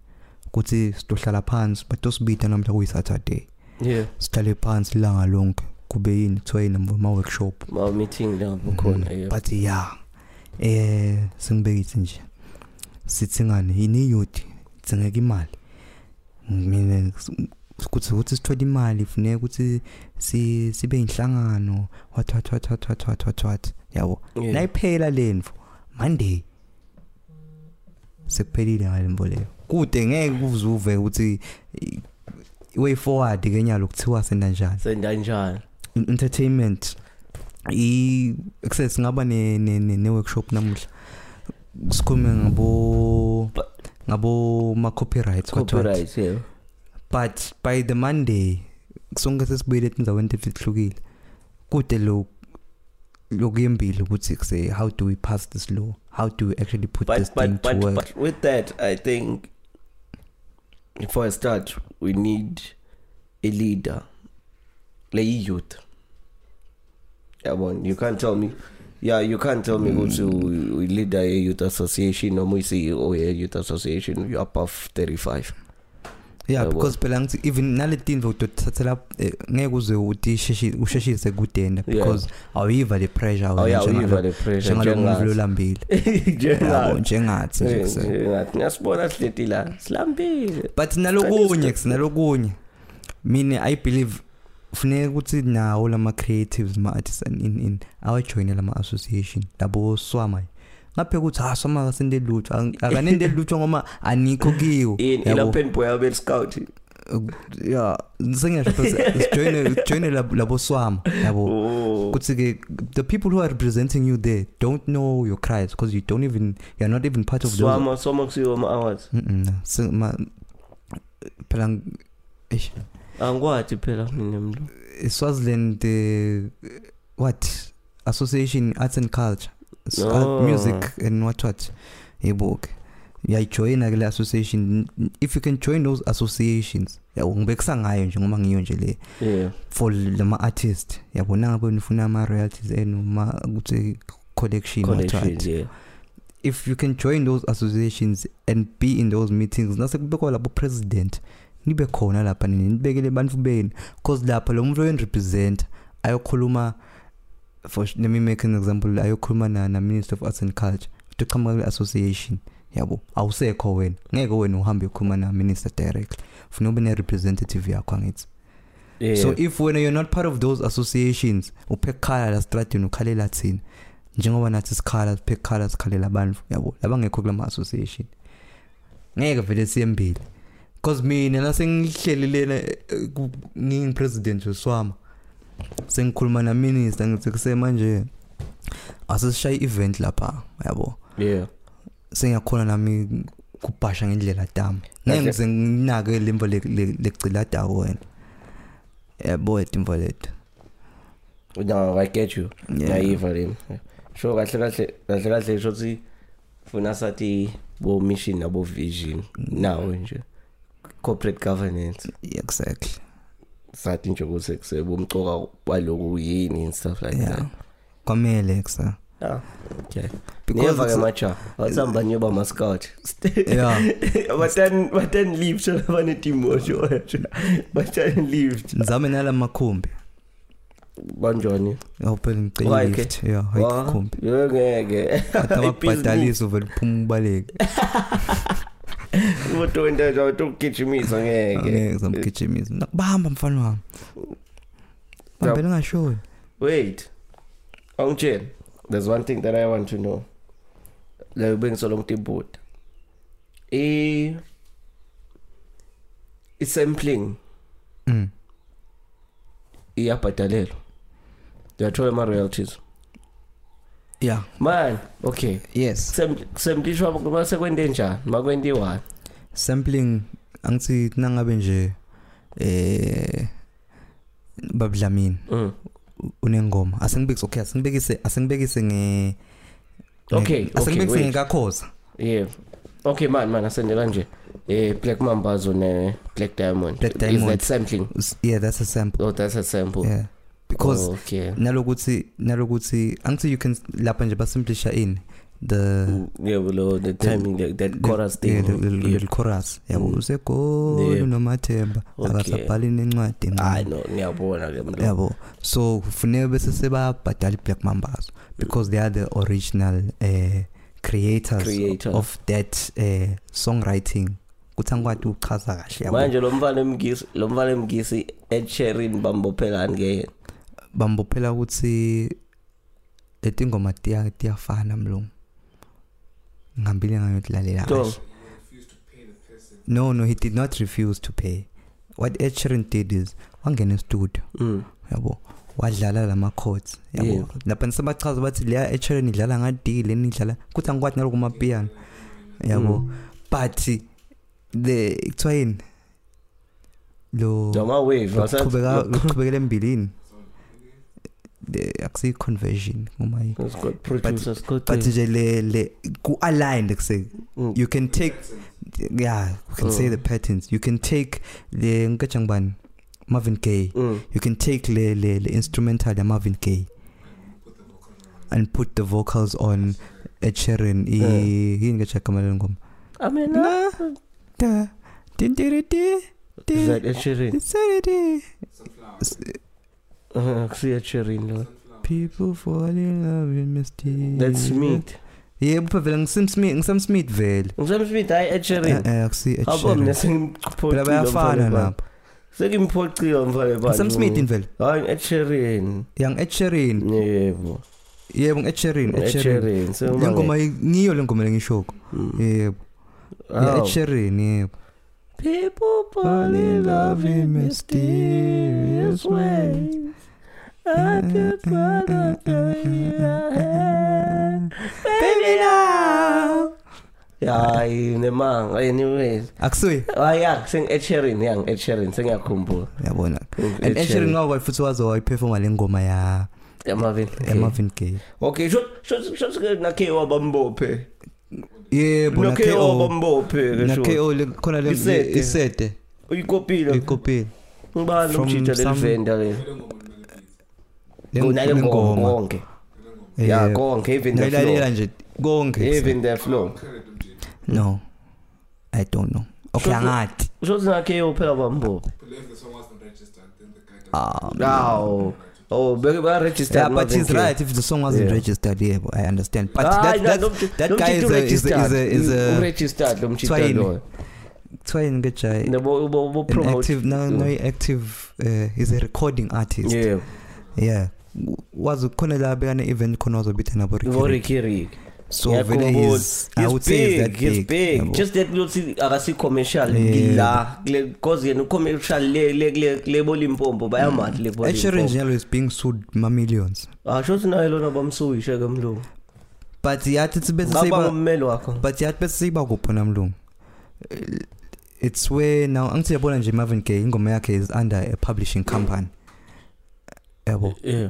S1: ukuthi sidohlala phansi batosibida namhla kuyi Saturday
S2: yeah
S1: sihlale phansi ilanga lonke kube yini kuthiwa yini ama workshop
S2: ma meeting lapho khona yeah
S1: but yeah eh singibekithi nje sithingane yini youth dzingeka imali mina ukuthi ukuthi sithole imali funeka ukuthi si sibe inhlangano what what what what what what what what yabo
S2: Yeah.
S1: nayiphela lemvu monday sekuphelile ngale mboleko kude ngeke kuzuve ukuthi i- way forward kenyalo kuthiwa senda njani
S2: sendanjani
S1: entertainment i access ngaba ne ne, ne, ne workshop namuhla sikhulume ngabo
S2: Mm. But-
S1: ngabo ma copyrights kodwa
S2: copyright yeah
S1: but by the monday sonke sesibuyele endzaweni efihlukile kude lo lokuyembile ukuthi kuse how do we pass this law how do we actually put this
S2: but
S1: thing
S2: but
S1: to
S2: but,
S1: work
S2: but with that i think for a start we need a leader like youth yabona you can't tell me yeah you can't tell me ukuthi u- u- leader ye-youth association noma uyi-ceo ye-youth oh, association you above 35
S1: yeah
S2: Yabo.
S1: because phela ngithi even naletinto utothathela eh, ngeke uze utisheshe usheshise kudenda
S2: Yeah.
S1: because awuyiva le pressure wena
S2: oh yeah
S1: njengalo-
S2: uyiva le pressure
S1: njengalomuntu
S2: njengathi
S1: lolambile yabo njengathi
S2: njengathi
S1: nje kuse-
S2: Njengathi. ngiyasibona sihleti la silambile
S1: but nalokunye kuse, nalokunye mina i believe funeka ukuthi nawo lama creatives ma artists and in in awajoyine lama association labo swama ngaphe ukuthi ha swama kasende lutho akanende lutho ngoba anikho kiwo
S2: In-
S1: yabo.
S2: ilapeni boy abel scout
S1: ya sengisho ukuthi join join labo swama yabo
S2: oh
S1: ukuthi ke the people who are representing you there don't know your cries because you don't even you're not even part of those
S2: swama swama kusiwo ama-hours
S1: Mm-mm. So, ma, phela ng- eish,
S2: angikwati phela mina mlo
S1: Swaziland the what association arts and culture S-
S2: No.
S1: art, music and what what yebo ke uyayijoyina ke le association N- if you can join those associations yabo ngibekisa ngayo nje ngoba ngiyo nje le
S2: yeah
S1: for lama artist yabo nangabe nifuna ama royalties enu ma ukuthi collection what
S2: collection
S1: what
S2: yeah
S1: if you can join those associations and be in those meetings nase kubekwa labo president nibe khona lapha nini nibekele bantu benu because lapha lo muntu oyen represent ayokhuluma for sh- let me make an example ayokhuluma na, na minister of arts and culture to come association yabo awusekho wena ngeke wena uhambe ukhuluma na minister directly funa ube ne-representative yakho angithi
S2: yeah.
S1: so if wena you're not part of those associations uphe kukhala la stradini ukhalela thina njengoba nathi sikhala siphe kukhala sikhalela abantu yabo labangekho kula ma-association ngeke vele siyembile cause mina nasengihlelilena ngingipresident eh, weswama sengikhuluma naminista ngithi kusemanje asishaye event lapha yabo
S2: yeah.
S1: sengiyakhona nami kubhasha ngendlela dami
S2: Kahle.
S1: ngenze nginake lemva legcilada wena yabo etimva lethu
S2: no i get you
S1: Yeah.
S2: naiva leni sho kahle kahle kahle kahle sho ukuthi funa sathi bo mission nabo vision
S1: Mm.
S2: nawe nje corporate governance
S1: exactly
S2: sathi nje ukuthi kusebe umcoka kwaloku yini and stuff like that
S1: yeah kwamele kusa
S2: yeah okay
S1: because
S2: Never ke
S1: it's-
S2: macha wasamba nyoba mascot
S1: yeah
S2: batan batan leave sho bane timosho batan leave
S1: ngizame nala makhumbi
S2: banjani
S1: open ngicela
S2: Why ke?
S1: lift yeah hayikhumbi
S2: ngeke
S1: atababhadalisa uvela uphuma ubaleke
S2: umuntu wendawo utugijimisa ngeke
S1: angeke zamgijimisa nakubamba mfana wami
S2: Yep.
S1: bambele ungashoni
S2: Wait. Ongchen, there's one thing that I want to know. La ubeng solong tibut. E isampling
S1: mm.
S2: E iyabhadalelwa. Uyathola ama royalties.
S1: yeah
S2: Man, okay.
S1: yes
S2: Semplishwa ngoba sekwende njani? Makwendiwa.
S1: sampling angithi nangabe nje eh babudlamini
S2: Mm.
S1: unengoma asengibekise okay asengibekise asengibekise nge
S2: Okay,
S1: nge-
S2: okay,
S1: asengibekise
S2: wait.
S1: ngekakhoza
S2: Yeah. Okay man, man asendela nje. Eh Black Mambazo ne Black Diamond.
S1: Black
S2: Is
S1: Diamond.
S2: that sampling?
S1: S- yeah that's a sample
S2: Oh, that's a sample.
S1: yeah because
S2: okay.
S1: nalokuthi nalokuthi angithi you can lapha nje basimplisha in the
S2: yeah, below the timing, like that chorus
S1: the- yeah,
S2: thing.
S1: the- the- the-
S2: Yeah.
S1: the chorus yabo
S2: Mm.
S1: usegoli
S2: Yeah.
S1: nomathemba
S2: Okay.
S1: akasabhali nencwadi
S2: I know, ngiyabona ke mlo.
S1: yabo so kufuneka bese sebabhadala i-black mambazo because they are the original uh, creators
S2: Creator.
S1: of that uh, songwriting kuthi angikwati ukuchaza kahle yabo
S2: Manje lo mfana emgisi, lo mfana emgisi eCherin bambophelani ke yena.
S1: bambophela ukuthi leti ngoma tiya- tiyafana mlungu ngihambile ngayotlalela
S2: So,
S1: kahle no no he did not refuse to pay what Echerin did is wangena estudio
S2: mm.
S1: yabo wadlala lama chords
S2: Yeah.
S1: yabo lapha nisabachaza bathi leya e-H echeleni idlala ngadi leni idlala kuthi angikwati naloku mapiano
S2: Mm.
S1: yabo but the kuthiwa yini lo
S2: Jama wave, wasa-
S1: lokuqhubeka- lokuqhubekela embilini The- akusiyi-conversion noma yi-
S2: It's got producers, got
S1: but
S2: the-
S1: nje le le ku-aligned kuse
S2: Mm.
S1: you can take yeah you can say
S2: Mm.
S1: the patterns you can take le ngikatsha ngibani marvin gaye
S2: Mm.
S1: you can take le, le, le instrumental ya Marvin Gaye and put the vocals on Ed Sheeran i
S2: Yeah.
S1: yini ngechakama le ngoma
S2: I mean, uh,
S1: la da din di di
S2: is that
S1: di
S2: eCherin?
S1: Insanity.
S2: Uh, see eCherin lo.
S1: People fall in love with mysterious.
S2: That's Smith.
S1: Yebo phela ngisim Smith, ngisam Smith vele.
S2: Ngisam Smith hayi
S1: Eh
S2: eCherin.
S1: eh akusi Ed
S2: Abo mina
S1: Sheeran. Phela
S2: sengimphocile.
S1: bayafana lapha.
S2: Sengimphocile mfana bani.
S1: Ngisam Smith invele.
S2: Hayi eCherin.
S1: Yang Ed Sheeran.
S2: Yebo.
S1: Yebo nge Ed Sheeran, Eh, Ed Sheeran.
S2: eCherin.
S1: Le ngoma yi- ngiyo le ngoma lengishoko. Yebo. Yeah, Ed Sheeran yebo.
S2: People
S1: fall oh. in love in mysterious ways. I could find a baby I had. Baby now. Eh.
S2: Hayi nemanga anyways.
S1: akusuye ah,
S2: Hayi sing Echerin yang Echerin sengiyakhumbula.
S1: yabona and actually ngakwayi futhi waze wayiphefoma le ngoma ya
S2: Emavin.
S1: emarvin gaye
S2: Okay, sho sho sho sike na KO bambophe.
S1: yebo
S2: No
S1: na
S2: KO
S1: ko
S2: bambophe
S1: na
S2: ke sho.
S1: ko le- khona le
S2: Isete.
S1: le- isete
S2: Uyikopile.
S1: ikopile
S2: Ngibani
S1: From
S2: umjita
S1: some-
S2: lelivenda le.
S1: Le-
S2: Kunale
S1: le
S2: ngoma
S1: ngoma
S2: konke. Ya
S1: yebo
S2: konke even the
S1: nayilalela
S2: flow.
S1: nje konke
S2: Even the flow.
S1: no i don't know okay
S2: Sho-
S1: angathi
S2: Sho sina KO phela bambophe.
S3: If the song wasn't registered, then the guy doesn't
S1: um
S2: Now. Oh, beke baregistered.
S1: yeah, but
S2: Ah, Marvin
S1: he's
S2: Gaye.
S1: right. If the song wasn't
S2: Yeah.
S1: registered, yeah, I understand. But
S2: Ah,
S1: eh, that,
S2: no,
S1: that,
S2: don't-
S1: that
S2: don't
S1: guy
S2: you
S1: is a, is a, is a, is
S2: registered.
S1: a
S2: Uregistered lo
S1: Tshwaini.
S2: mtshitado loyo.
S1: trying to get an
S2: Nabo ubo ubo promote.
S1: active, no, no, active. Uh, he's a recording artist.
S2: Yeah.
S1: yeah. Was khona la bekane event khona wazobitha nabo Ricky.
S2: Vorikiri.
S1: So
S2: Ngiyakhumbula.
S1: vele he's, I would say he's that big.
S2: he's big.
S1: yabo. Eh.
S2: Just that ukuthi akasi ah, commercial
S1: Yeah.
S2: la because yena commercial le le le lebo limpompo
S1: Hmm.
S2: bayamathi lebo.
S1: Ed Sheeran njalo is being sued ma millions.
S2: Asho ukuthi naye lona bamsuwishe kamlungu.
S1: But yathi sibese
S2: Ngaba
S1: siba
S2: ummeli wakho.
S1: but yathi bese siba kuphi namlungu. It's where now angithi yabona nje Marvin Gaye ingoma yakhe is under a publishing company. Yabo.
S2: Yeah.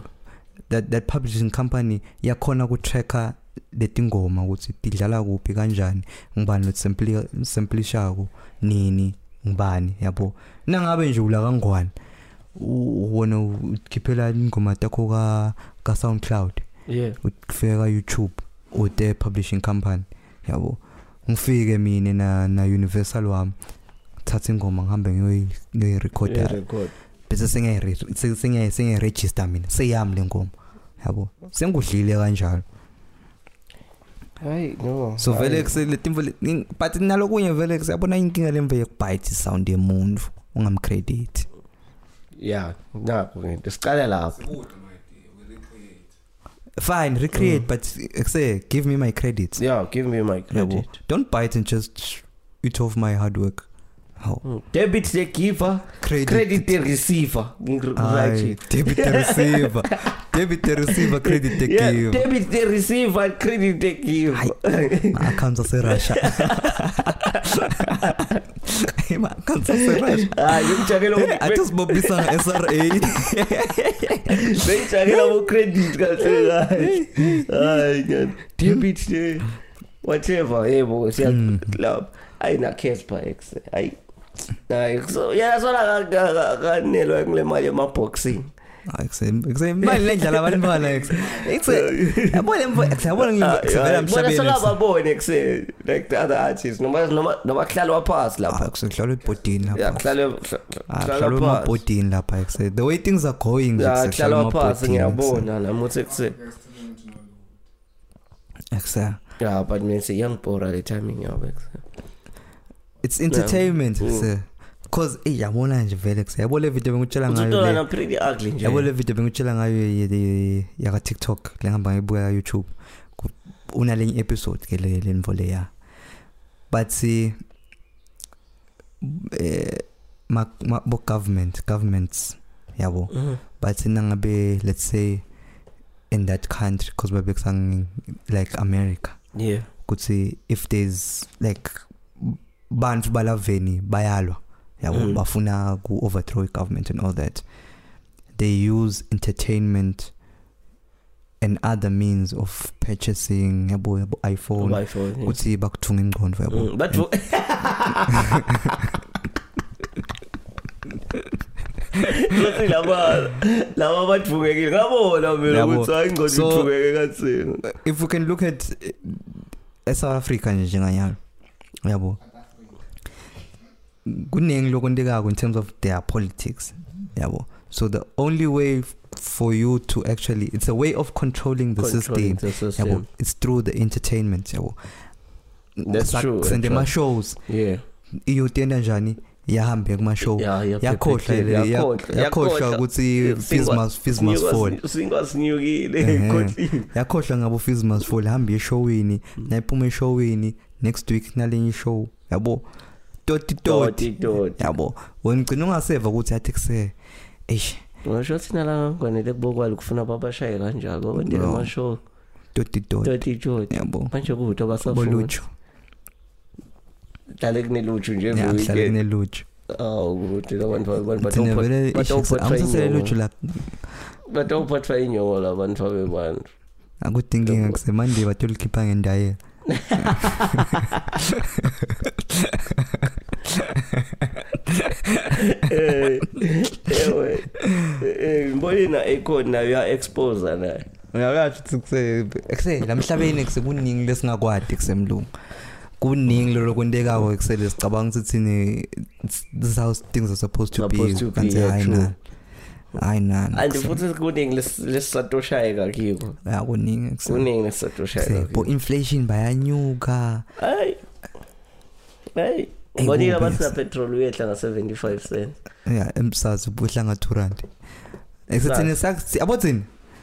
S1: That that publishing company yakhona ku tracker letingoma ukuthi tidlala kuphi kanjani ngibani lo sample sample shako nini ngibani yabo nangabe nje ula kangwane u- wona ukhiphela ingoma takho ka ka SoundCloud
S2: Yeah.
S1: ufika YouTube uthe publishing company yabo ngifike mina na na Universal wami thatha ingoma ngihambe ngiyoyi- ngiyoyirekhoda
S2: record.
S1: bese sengiyayi sengiyayi sengiyaregister mina seyami le ngoma yabo sengudlile kanjalo
S2: Hayi no.
S1: so vele
S2: Hayi.
S1: kusele timvo but nalokunye vele kusiyabona inkinga lemva yokubite sound yemuntu ungamcredit
S2: Yeah. Nakho ngento. Siqala lapho.
S1: fine recreate but kuse give me my credits
S2: Mm. Yeah, give me my
S1: yabo
S2: credit.
S1: don't bite and just eat off my hard work how
S2: Debit the giver,
S1: credit,
S2: Mm. credit the receiver.
S1: Ay,
S2: Right.
S1: debit the receiver debit the receiver credit the
S2: Yeah,
S1: giver
S2: debit the receiver, credit the giver.
S1: accounts aserussia ma-accounts aserussia
S2: Ah, ngimjabule ukuthi
S1: athosibobisa nga-sra
S2: ngijabule abo credit kahle kahle. Hayi,
S1: Hmm.
S2: ngiyani. Debit the whatever yebo siya lapho. Ayina Casper X. Ayi. Hayi, so yeah, so la kanelwe ngile mali yama boxing.
S1: Ah, imali lendlala abantu banayabona
S2: Ah,
S1: ngivela
S2: yeah, Bona
S1: mhlabenikuhlala
S2: solababone kuse like the other artists noma noma noma kuhlalwa phansi
S1: Ah,
S2: lapha.
S1: ebhodini
S2: Yeah,
S1: lapha
S2: kuhlale
S1: Ah,
S2: kuhlale
S1: kuhlalwa
S2: phansi.
S1: emabhodini lapha ekuse the way things are going nje,
S2: Yeah,
S1: ekuse, kuhlalwa
S2: kuhlale phansi
S1: emabhodini, ekuse.
S2: ngiyabona nami ukuthi kuse.
S1: Ekuse,
S2: Yeah, but mina se young bora le timing yabe.
S1: it's entertainment
S2: Mm.
S1: ekuse. cause eyi yabona nje vele ekuse, yabo le video bengitshela ngayo
S2: Uthola
S1: le-
S2: na pretty ugly nje.
S1: yabo le video bengitshela ngayo ye- ye- yaka-tiktok lengihamba ngayibuka ka-youtube Ku- unalenye episode ke le lenvo leya but eh, eh, ma- ma- bo-government governments yabo
S2: Mhm.
S1: but nangabe let's say in that country because babekusang like america
S2: Yeah.
S1: kutsi if there's like bantu balaveni bayalwa yabo
S2: Mm.
S1: bafuna ku-overthrow i-government and all that they use entertainment and other means of purchasing yabo yabo iphone
S2: My phone. yes.
S1: kutsi bakuthunga ingqondo yabo
S2: Mm, But Futhi laba laba bathukekile ngabona mina
S1: Yabo.
S2: ukuthi hayi ngoba
S1: So-
S2: ithukeke katsini.
S1: if we can look at eh, South Africa nje njenganyalo yabo kuningi lokuntekako in terms of their politics yabo so the only way f- for you to actually it's a way of controlling the
S2: Controlling
S1: system
S2: the
S1: yabo
S2: system.
S1: it's through the entertainment yabo
S2: That's true,
S1: sende
S2: actually.
S1: ama-shows
S2: Yeah.
S1: iyouth yenta njani yahambe kuma-show
S2: Yeah, yeah.
S1: yakhohlwa
S2: yeah,
S1: le- ya- yakhohlwa ukuthi fees must fees must fall
S2: singasinyukile
S1: Ehhe.
S2: egodlini
S1: yakhohlwa ngabo Fizz Masfall hamba eshowini
S2: Mm.
S1: nayiphuma eshowini next week nalenye show yabo toti toti
S2: doti
S1: yabo wena ugcina ungaseva ukuthi yathi kuse eish
S2: ngisho thina la ngwanele kubokwali kufuna babashaye kanjalo babantela
S1: No.
S2: amashow
S1: toti toti
S2: doti doti
S1: yabo
S2: manje kuwuto basafunadlale
S1: bolujo
S2: kuneluju nje every
S1: ngiyahlala
S2: weekend.
S1: kunelujo
S2: aw ukuthi abantu abantu
S1: thina vele
S2: batawuphathwa
S1: amsasele
S2: inyoka.
S1: lujo la
S2: batawuphathwa inyoka la bantu abebantu
S1: akudinginga kuse manje batolikhipha ngendayela
S2: Eh, ewe Eh, mbone na ekhona nayo ya-exposa naye
S1: uyakathi ukuthi kuse kuse lamhlabeni kuse kuningi lesingakwadi kusemlungu kuningi lolokwentekako kusele sicabanga ukuthi thini it's- this is how things are supposed to be
S2: Supposed to be,
S1: kanti
S2: yeah,
S1: hayi
S2: true.
S1: na hayi nani
S2: and futhi kuningi lesi- lesisatoshayeka kiko
S1: ya kuningi kuseni.
S2: kuningi lesisatoshayeka
S1: Kuseni. bo
S2: kiko
S1: inflation bayanyuka
S2: hayi hayi
S1: Ey,
S2: ubonile
S1: kubi
S2: abantu
S1: yasa.
S2: napetrol uyehla nga-75 cent
S1: ya emsazi ubuhla nga-two rand
S2: Msazi.
S1: esithini abothini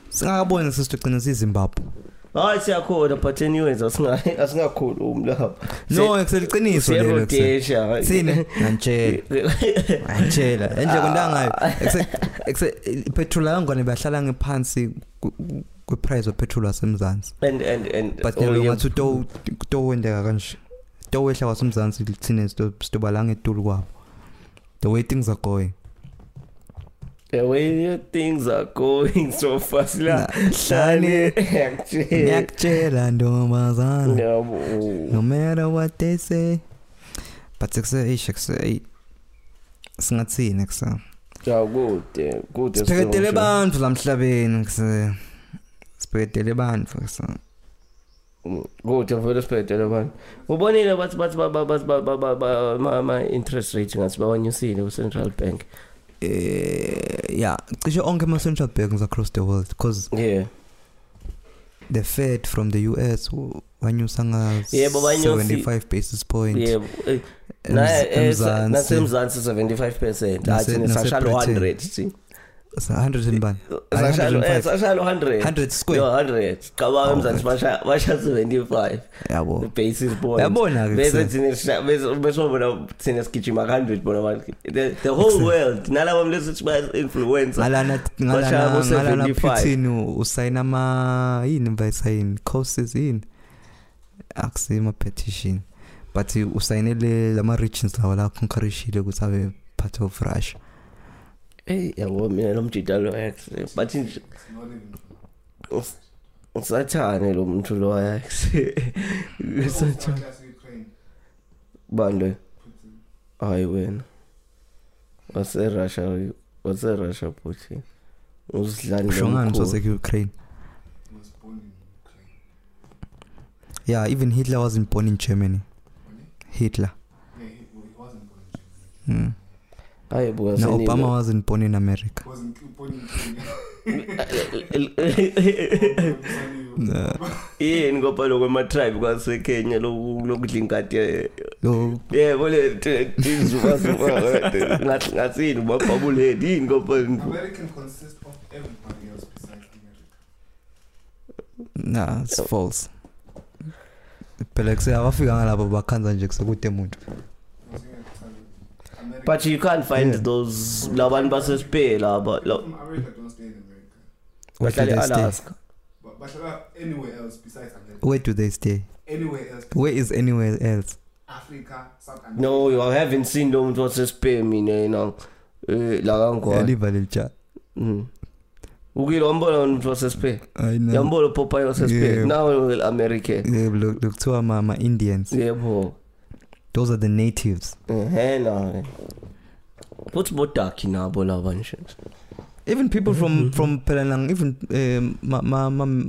S1: singakaboni sisitogcina siyizimbabwe
S2: hayi siyakhona but anyways asinga- asingakhulu umlapha
S1: no kuseliqiniso lelo kuseni.
S2: siyerotesha
S1: sini ngantshela ngantshela endle kontangayo ipetrol ayangwane bahlala ngephansi ku- ku- kwiprice wepetrol wasemzantsi
S2: and and and
S1: but
S2: oh,
S1: nalo
S2: yeah.
S1: ngathi uto- utowendeka kanje towehla kwasemzantsi thine sitobalanga etulu kwabo the way things are going
S2: the way things are going so fast la
S1: Hlale.
S2: actually
S1: ngiyakutshela ntombazana no
S2: no
S1: matter what they say but sekuse eish kuse eyi singathini kusa
S2: ja kude kude
S1: sibheketele
S2: sibonke.
S1: bantfu lamhlabeni kuse sibheketele bantfu kusa
S2: kude vele sibheketele bani ubonile bathi bathi ba- ba- bathi ba- ba- ba- ba- ma- ama-interest rate ngathi bawanyusile ku-central bank
S1: eh yeah cishe onke ama-central banks across the world because
S2: yeah
S1: the fed from the us w- wanyusa
S2: Yebo, banyusi-
S1: nga-75 basis point
S2: yebo Eh,
S1: Em-
S2: na- eh, sa-
S1: eMzansi.
S2: nasemzansi 75 percent
S1: Nase-
S2: athine sashalo
S1: naseBritain.
S2: 100 si.
S1: Sa- 100 and ban Hayi,
S2: Sashalo- eh,
S1: 105.
S2: sashalo 100
S1: 100
S2: yo
S1: square
S2: 100 cabanga
S1: Oh,
S2: emzansi basha basha 75
S1: yabo
S2: basis point
S1: yabona ke
S2: bese
S1: kusasa.
S2: thina sisha- bese- bese bona thina sigijima 100 bona bathi- the, the whole
S1: Exa-
S2: world nalabo mlezi baya-influencer
S1: ngalana
S2: Bashaya
S1: ngalana
S2: ku-
S1: ngalana
S2: 75.
S1: putin usayina ama yini bayisayini courses yini akusima petition but usayinele lama regions lawa la concurrentile ukuthi abe part of russia
S2: yabo mina lo mjidalo ex but nje- Us- usathane lo muntu lo ex usathane bani loyo hayi wena waserussia waserussia putin uzidlani lo
S1: ushongani
S2: mkhulu.
S1: sase ukraine yeah even hitler wasn't born in germany hitler Mm.
S2: hayi buka
S1: No,
S2: senile.
S1: Obama wasn't born in America.
S2: yini ngoba lokho ema-tribe kwasekenya loku- lokudla ingadi
S1: Yo,
S2: yebo le ngathini umabhabulhead yini ngoba
S3: American consists of everybody else besides America.
S1: nah, it's false. Phela kuse abafika ngalapho bakhanza nje kusekude muntu.
S3: America.
S2: but you can't find
S1: Yeah.
S2: those labantu basespain laba
S3: People
S2: lo-
S3: from America don't stay in America.
S1: Where do
S2: bahlala
S1: they stay?
S2: e-Alaska.
S3: But, but about anywhere else besides America.
S1: Where do they stay?
S3: Anywhere else.
S1: Where is anywhere else?
S3: Africa, South America.
S2: no you haven't seen lo muntu wasespain mina yena eh la kangona
S1: Eliva lelitsha.
S2: Hmm. ukile wambona lo muntu wasespain
S1: I know.
S2: yambona upopayi wasespain
S1: Yeah.
S2: now american
S1: Yebo, lo- lokuthiwa ama- ama-indians
S2: yebo
S1: those are the natives
S2: Eh, ehena futhi bodaki nabo laba nje
S1: even people from from phelalang even um,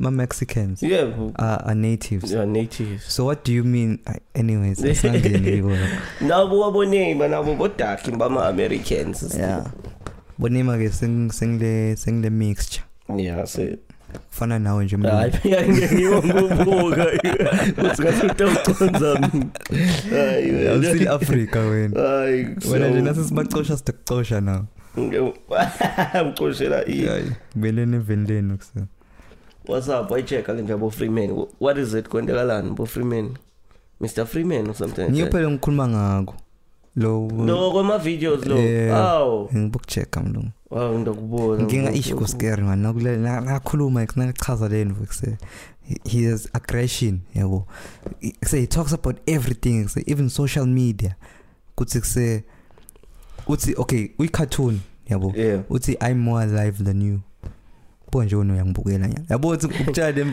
S1: ma-mexicans
S2: yebo
S1: are, are natives
S2: yeah natives
S1: so what do you mean I- anyways asingangeni kikona
S2: nabo wabonema nabo bodaki bama-americans
S1: yeah bonima ke seng- sengile sengile mixture
S2: yeah se
S1: kufana nawe nje mlungu.
S2: hayi ngiwo ngobuka uthi ngathi utawuconza mina hayi
S1: Awusile
S2: wena
S1: africa wena
S2: hayi
S1: wena nje nase sibacosha sidakucosha nawe
S2: mcoshela i
S1: Hayi, kubeleni eveni lenu kusasa
S2: what's up wayichecka ke nje abo-freeman what is it kwentekalani bo-freeman mr freeman or something like
S1: ngiyo
S2: that.
S1: phela ngikhuluma ngako lo
S2: lo kwama-videos lo
S1: Yeah.
S2: aw
S1: ngibukuchecka mlungu
S2: aw ndakubona
S1: nkinga ishi kuskeri man Nakule- na- nakakhuluma nakachaza le ndvu kuse he- he has aggression yabo He- kuse he talks about everything kuse even social media kutsi kuse uthi okay uyi-cartoon yabo
S2: yeah
S1: uthi i'm more alive than you bo nje wena uyangibukela nyana yabo uthi ukutshela le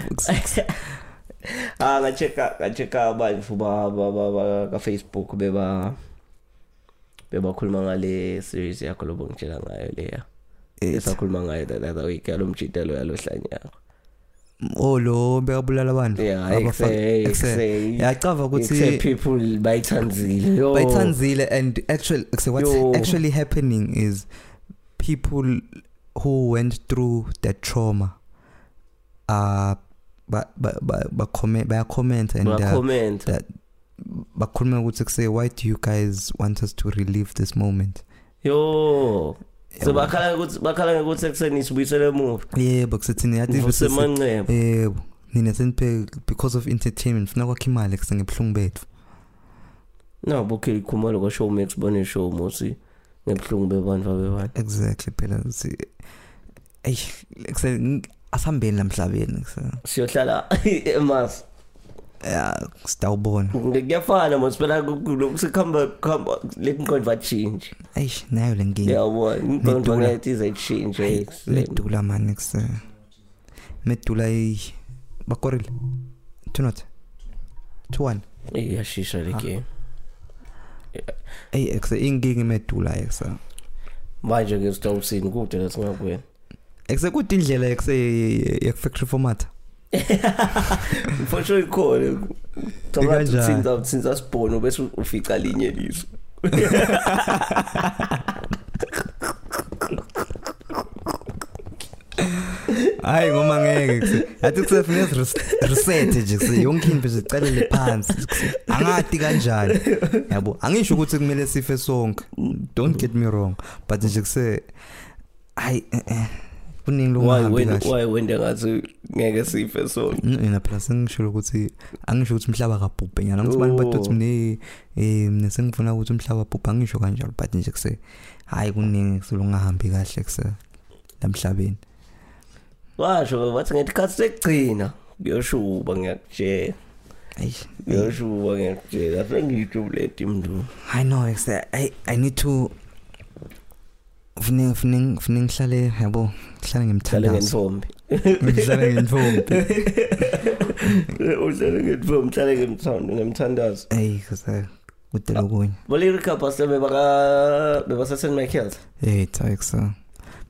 S2: ah ngachecka ngachecka abantu ba ba ba ba- ka Facebook beba bebakhuluma ngale series yakho lobo ngitshela ngayo leya esakhuluma ngayo the other week yalo mjitelo yalohlanyako
S1: oh lo bekabulala abantu
S2: yeah hayi,
S1: Abafana-
S2: kuse-
S1: ekuse-
S2: kuse-
S1: yacava
S2: kuse
S1: ukuthi
S2: people bayithanzile yo
S1: bayithanzile and actual so what's
S2: Oh. Yo.
S1: actually happening is people who went through that trauma uh ba ba ba ba comment ba comment and uh,
S2: comment
S1: that bakhuluma ukuthi say why do you guys want us to relive this moment
S2: yo so
S1: Yabo.
S2: bakhala ukuthi bakhala ukuthi ekuseni sibuyisele emuva
S1: yebo kusithini yathi
S2: uvuse
S1: vese-
S2: manxeba
S1: yebo nina seniphe because of entertainment funa kwakha imali kusengebuhlungu bethu
S2: no bokhe ikhumalo kwa showmax bone show mosi ngebuhlungu bebantu bebantu
S1: exactly phela si ey kuse- ng- asihambeni lamhlabeni kuse-
S2: siyohlala emas
S1: ya sitawubona
S2: ngiyafana mos phela lokusekhamba khamba lenkqondo vachinje
S1: ey nayo le nkinga
S2: yabo inkqondo
S1: Medula.
S2: ngayitiza ichinje
S1: medula mani kuse medula i- bakorile two not two one
S2: iyashisha Eh, le
S1: Ah.
S2: game
S1: ey kuse inkinga imedula ekuse
S2: manje ke sitawusini kude la singakwena
S1: eksekuthi indlela ekuse yakufactory format
S2: for sure ikhona
S1: Ikanjani?
S2: tabla sinza sibhono bese ufica linye liso
S1: hayi ngoma ngeke kuse yathi kuse funeka siris- reset nje kuse yonke into nje sicelele phansi kuse angati kanjani yabo angisho ukuthi kumele sife sonke don't get me wrong but nje kuse hayi eh, eh, kuningi
S2: why
S1: lokungahambi
S2: when
S1: kahle
S2: why when ngathi ngeke sife sonke
S1: yena phela sengishilo ukuthi angisho ukuthi umhlaba kabhubhe nyana ukuthi abantu bathi
S2: Oh.
S1: mine eh mina sengifuna ukuthi umhlaba kabhubhe angisho kanjalo but nje kuse hayi kuningi kuselungahambi kahle kuse lamhlabeni
S2: washo ke wathi ngetikhathi sekugcina kuyoshuba ngiyakutshela
S1: ayi
S2: kuyoshuba ngiyakutshela sengiyijubuleti mntu
S1: I know it's that I I need to fune fune fune ngihlale yabo ngihlale
S2: uhlale
S1: ngemthandazo
S2: ngentombi
S1: ngihlale ngentombi
S2: uhlale ngentombi uhlale ngemthando ngemthandazo
S1: hey kuse kude lokunye
S2: bolerica pastor uh, bebaka bebasasend michaels
S1: hey tsaxa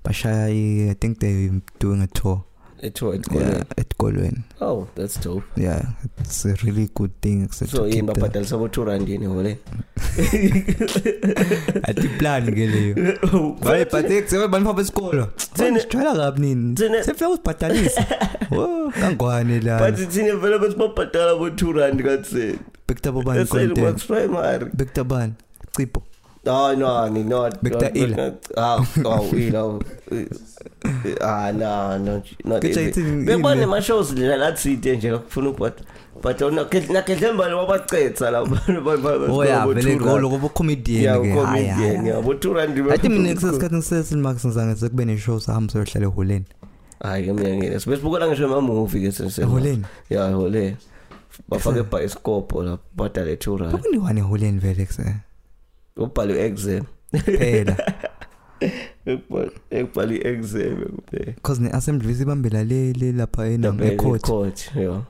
S1: bashaya i I think they doing a tour
S2: ethiwa
S1: yeah
S2: etikoleni
S1: etkolweni
S2: oh that's dope
S1: yeah it's a really good thing so
S2: so yini babhadalisa abo-two rand yini hole
S1: atiplan ke
S2: Oh,
S1: leyo Vale, batek, sebe bani phapa isikolo.
S2: Thina-
S1: Sithwala kabi nini?
S2: Thina-
S1: Sefika usibhatalisa. Oh, kangwane la.
S2: but thine vele besibabhadala abo-two rand katseni
S1: Bekutabo bani content.
S2: eselworks primary
S1: Bektabani. Cipho.
S2: Oh, no no ni not
S1: Bekta
S2: not-
S1: ila.
S2: not- ah oh ila ah no no not
S1: Kutsha
S2: even.
S1: ithini?
S2: bekubona
S1: yini?
S2: nema-shows lela lathide nje lakufuna ukubhada but nakhehlembane wabacetha
S1: Oh yeah, vele golo
S2: laboabotwo
S1: kuba comedian ke. Hayi, hayi,
S2: yacomedian
S1: hayi.
S2: yabo two rand
S1: Athi mina ngisesikhathi ngisesinmax ngizange sekube ne-show sahamba soyohlala eholeni
S2: hayi ke mina ngiyena sibesibukela ngisho emamuvi ke sesehole
S1: eholeni
S2: ya hole bafake
S1: Yes,
S2: ibhayisikobho lapho badale two rand
S1: bakuniwani eholeni vele kuse
S2: ubhale i-exam
S1: phela
S2: Ekubhal- ekubhale i-exam kuphela
S1: cause ne-assembly sibambela le le lapha e-,
S2: Lapha
S1: ecourt
S2: ecourt, yeah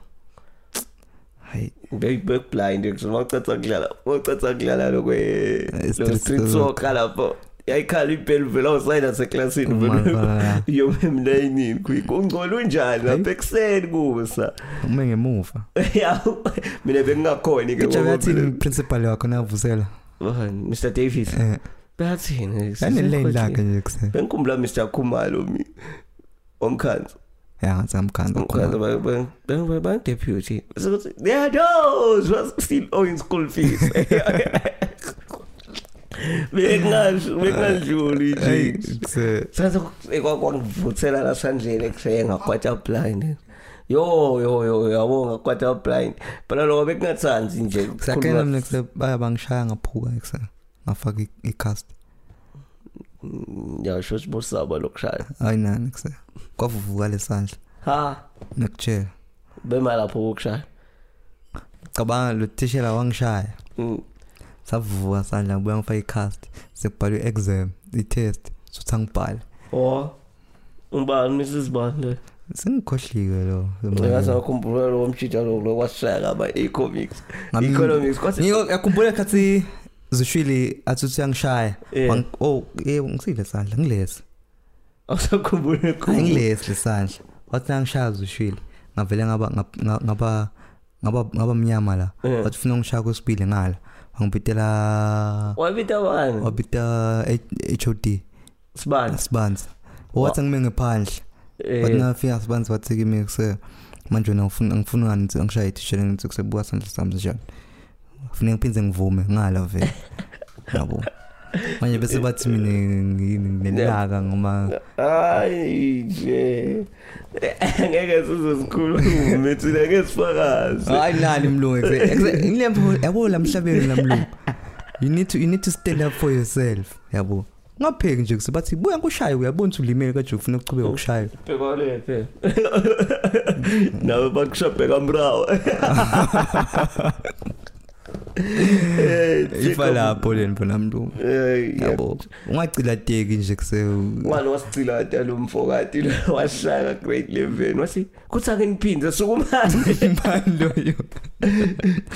S1: hayi
S2: bekblind ngizomacatha kudlala macatha kudlala lokwe
S1: Eh, street
S2: lo street
S1: soccer.
S2: soccer lapho yayikhala impela vela usayina
S1: Oh
S2: seklasini vela
S1: uma
S2: yomemlayinini kungcola unjani
S1: Hey.
S2: lapha ekuseni kusa
S1: uma ngemuva
S2: Ya, mina bengingakhoni ke
S1: itshala
S2: ngoba
S1: yathini
S2: phela-
S1: principal wakho navusela
S2: Oh, Mr Davis
S1: um
S2: bathini
S1: yanelane lakhe nje kuse
S2: benkumula Mr Khumalo mi omkhanzo
S1: ya ngisamkhanda
S2: umkhanzo ba- ba- ba- ba- ba- deputy sokuthi they are those who are still owing school fees bengasho bengadluli
S1: äh,
S2: nje
S1: kuse
S2: sase kwangivuthela lasandleni ekuseye ngakwata blind yo yo yo yabo ngakwata blind phela lokho bekungathanzi nje
S1: siyakhena mina kuse baya bangishaya ngaphuka kuse ngafaka i- i-cast
S2: yasho sibosaba lokushaya
S1: hayi nani kuse kwavuvuka lesandla
S2: ha
S1: nakutshela
S2: bemalapho kokushaya
S1: cabanga lo tishela wangishaya
S2: Mm.
S1: savuvuka sandla buya ngifaka i-cast sekubhalwe i-exam i-test suthi angibhale
S2: oh ubani mrs bande
S1: sengikhohliwe lo
S2: ngazakhumbula lowo mshitsha lo lokwasishaya ngaba economics
S1: Ngami-
S2: economics kwathi
S1: yakhumbula khathi zishwili athi uthi uyangishaya
S2: Eh.
S1: Wangi- oh yebo ngisile sandla ngilesi
S2: awusakhumbula
S1: Hayi, ngilesi lesandla wathi angishaya zishwili ngavele ngaba ngab- ngaba ngaba ngaba mnyama la
S2: Eh.
S1: wathi ufuna ngishaya kwesibili ngala wangibitela
S2: é wabita bani
S1: wabita H- HOD
S2: sibani
S1: sibanzi wathi ngime ngephandle
S2: É.
S1: wathi nafika sibanzi bathi kimi kuse manje wena ngifuna ngifuna ngani ngithi angishaye itishele ngithi kusebuka sandla sami njalo ngifuna ngiphinde ngivume ngala vele yabo manje bese bathi mina ngiyini nginelaka ngoma
S2: hayi nje ngeke sizosikhuluma thina ngeke sifakazi
S1: hayi nani mlungu ngilempo yabo lamhlabeni lamlungu you need to you need to stand up for yourself yabo ngapheki nje kusebathi buya nkushaye uyabona ukuthi ulimele kanje ufuna ukuchubeka ukushaya
S2: bhekwalephe nawe bakushabhe kamrawa É,
S1: ifa lapho leni bona mlungu yabo ungacilateki nje kuse
S2: ngani wasicilata lo mfokati lo wahlaka grade 11 wasi kuthi ake niphinde sukumane
S1: imali loyo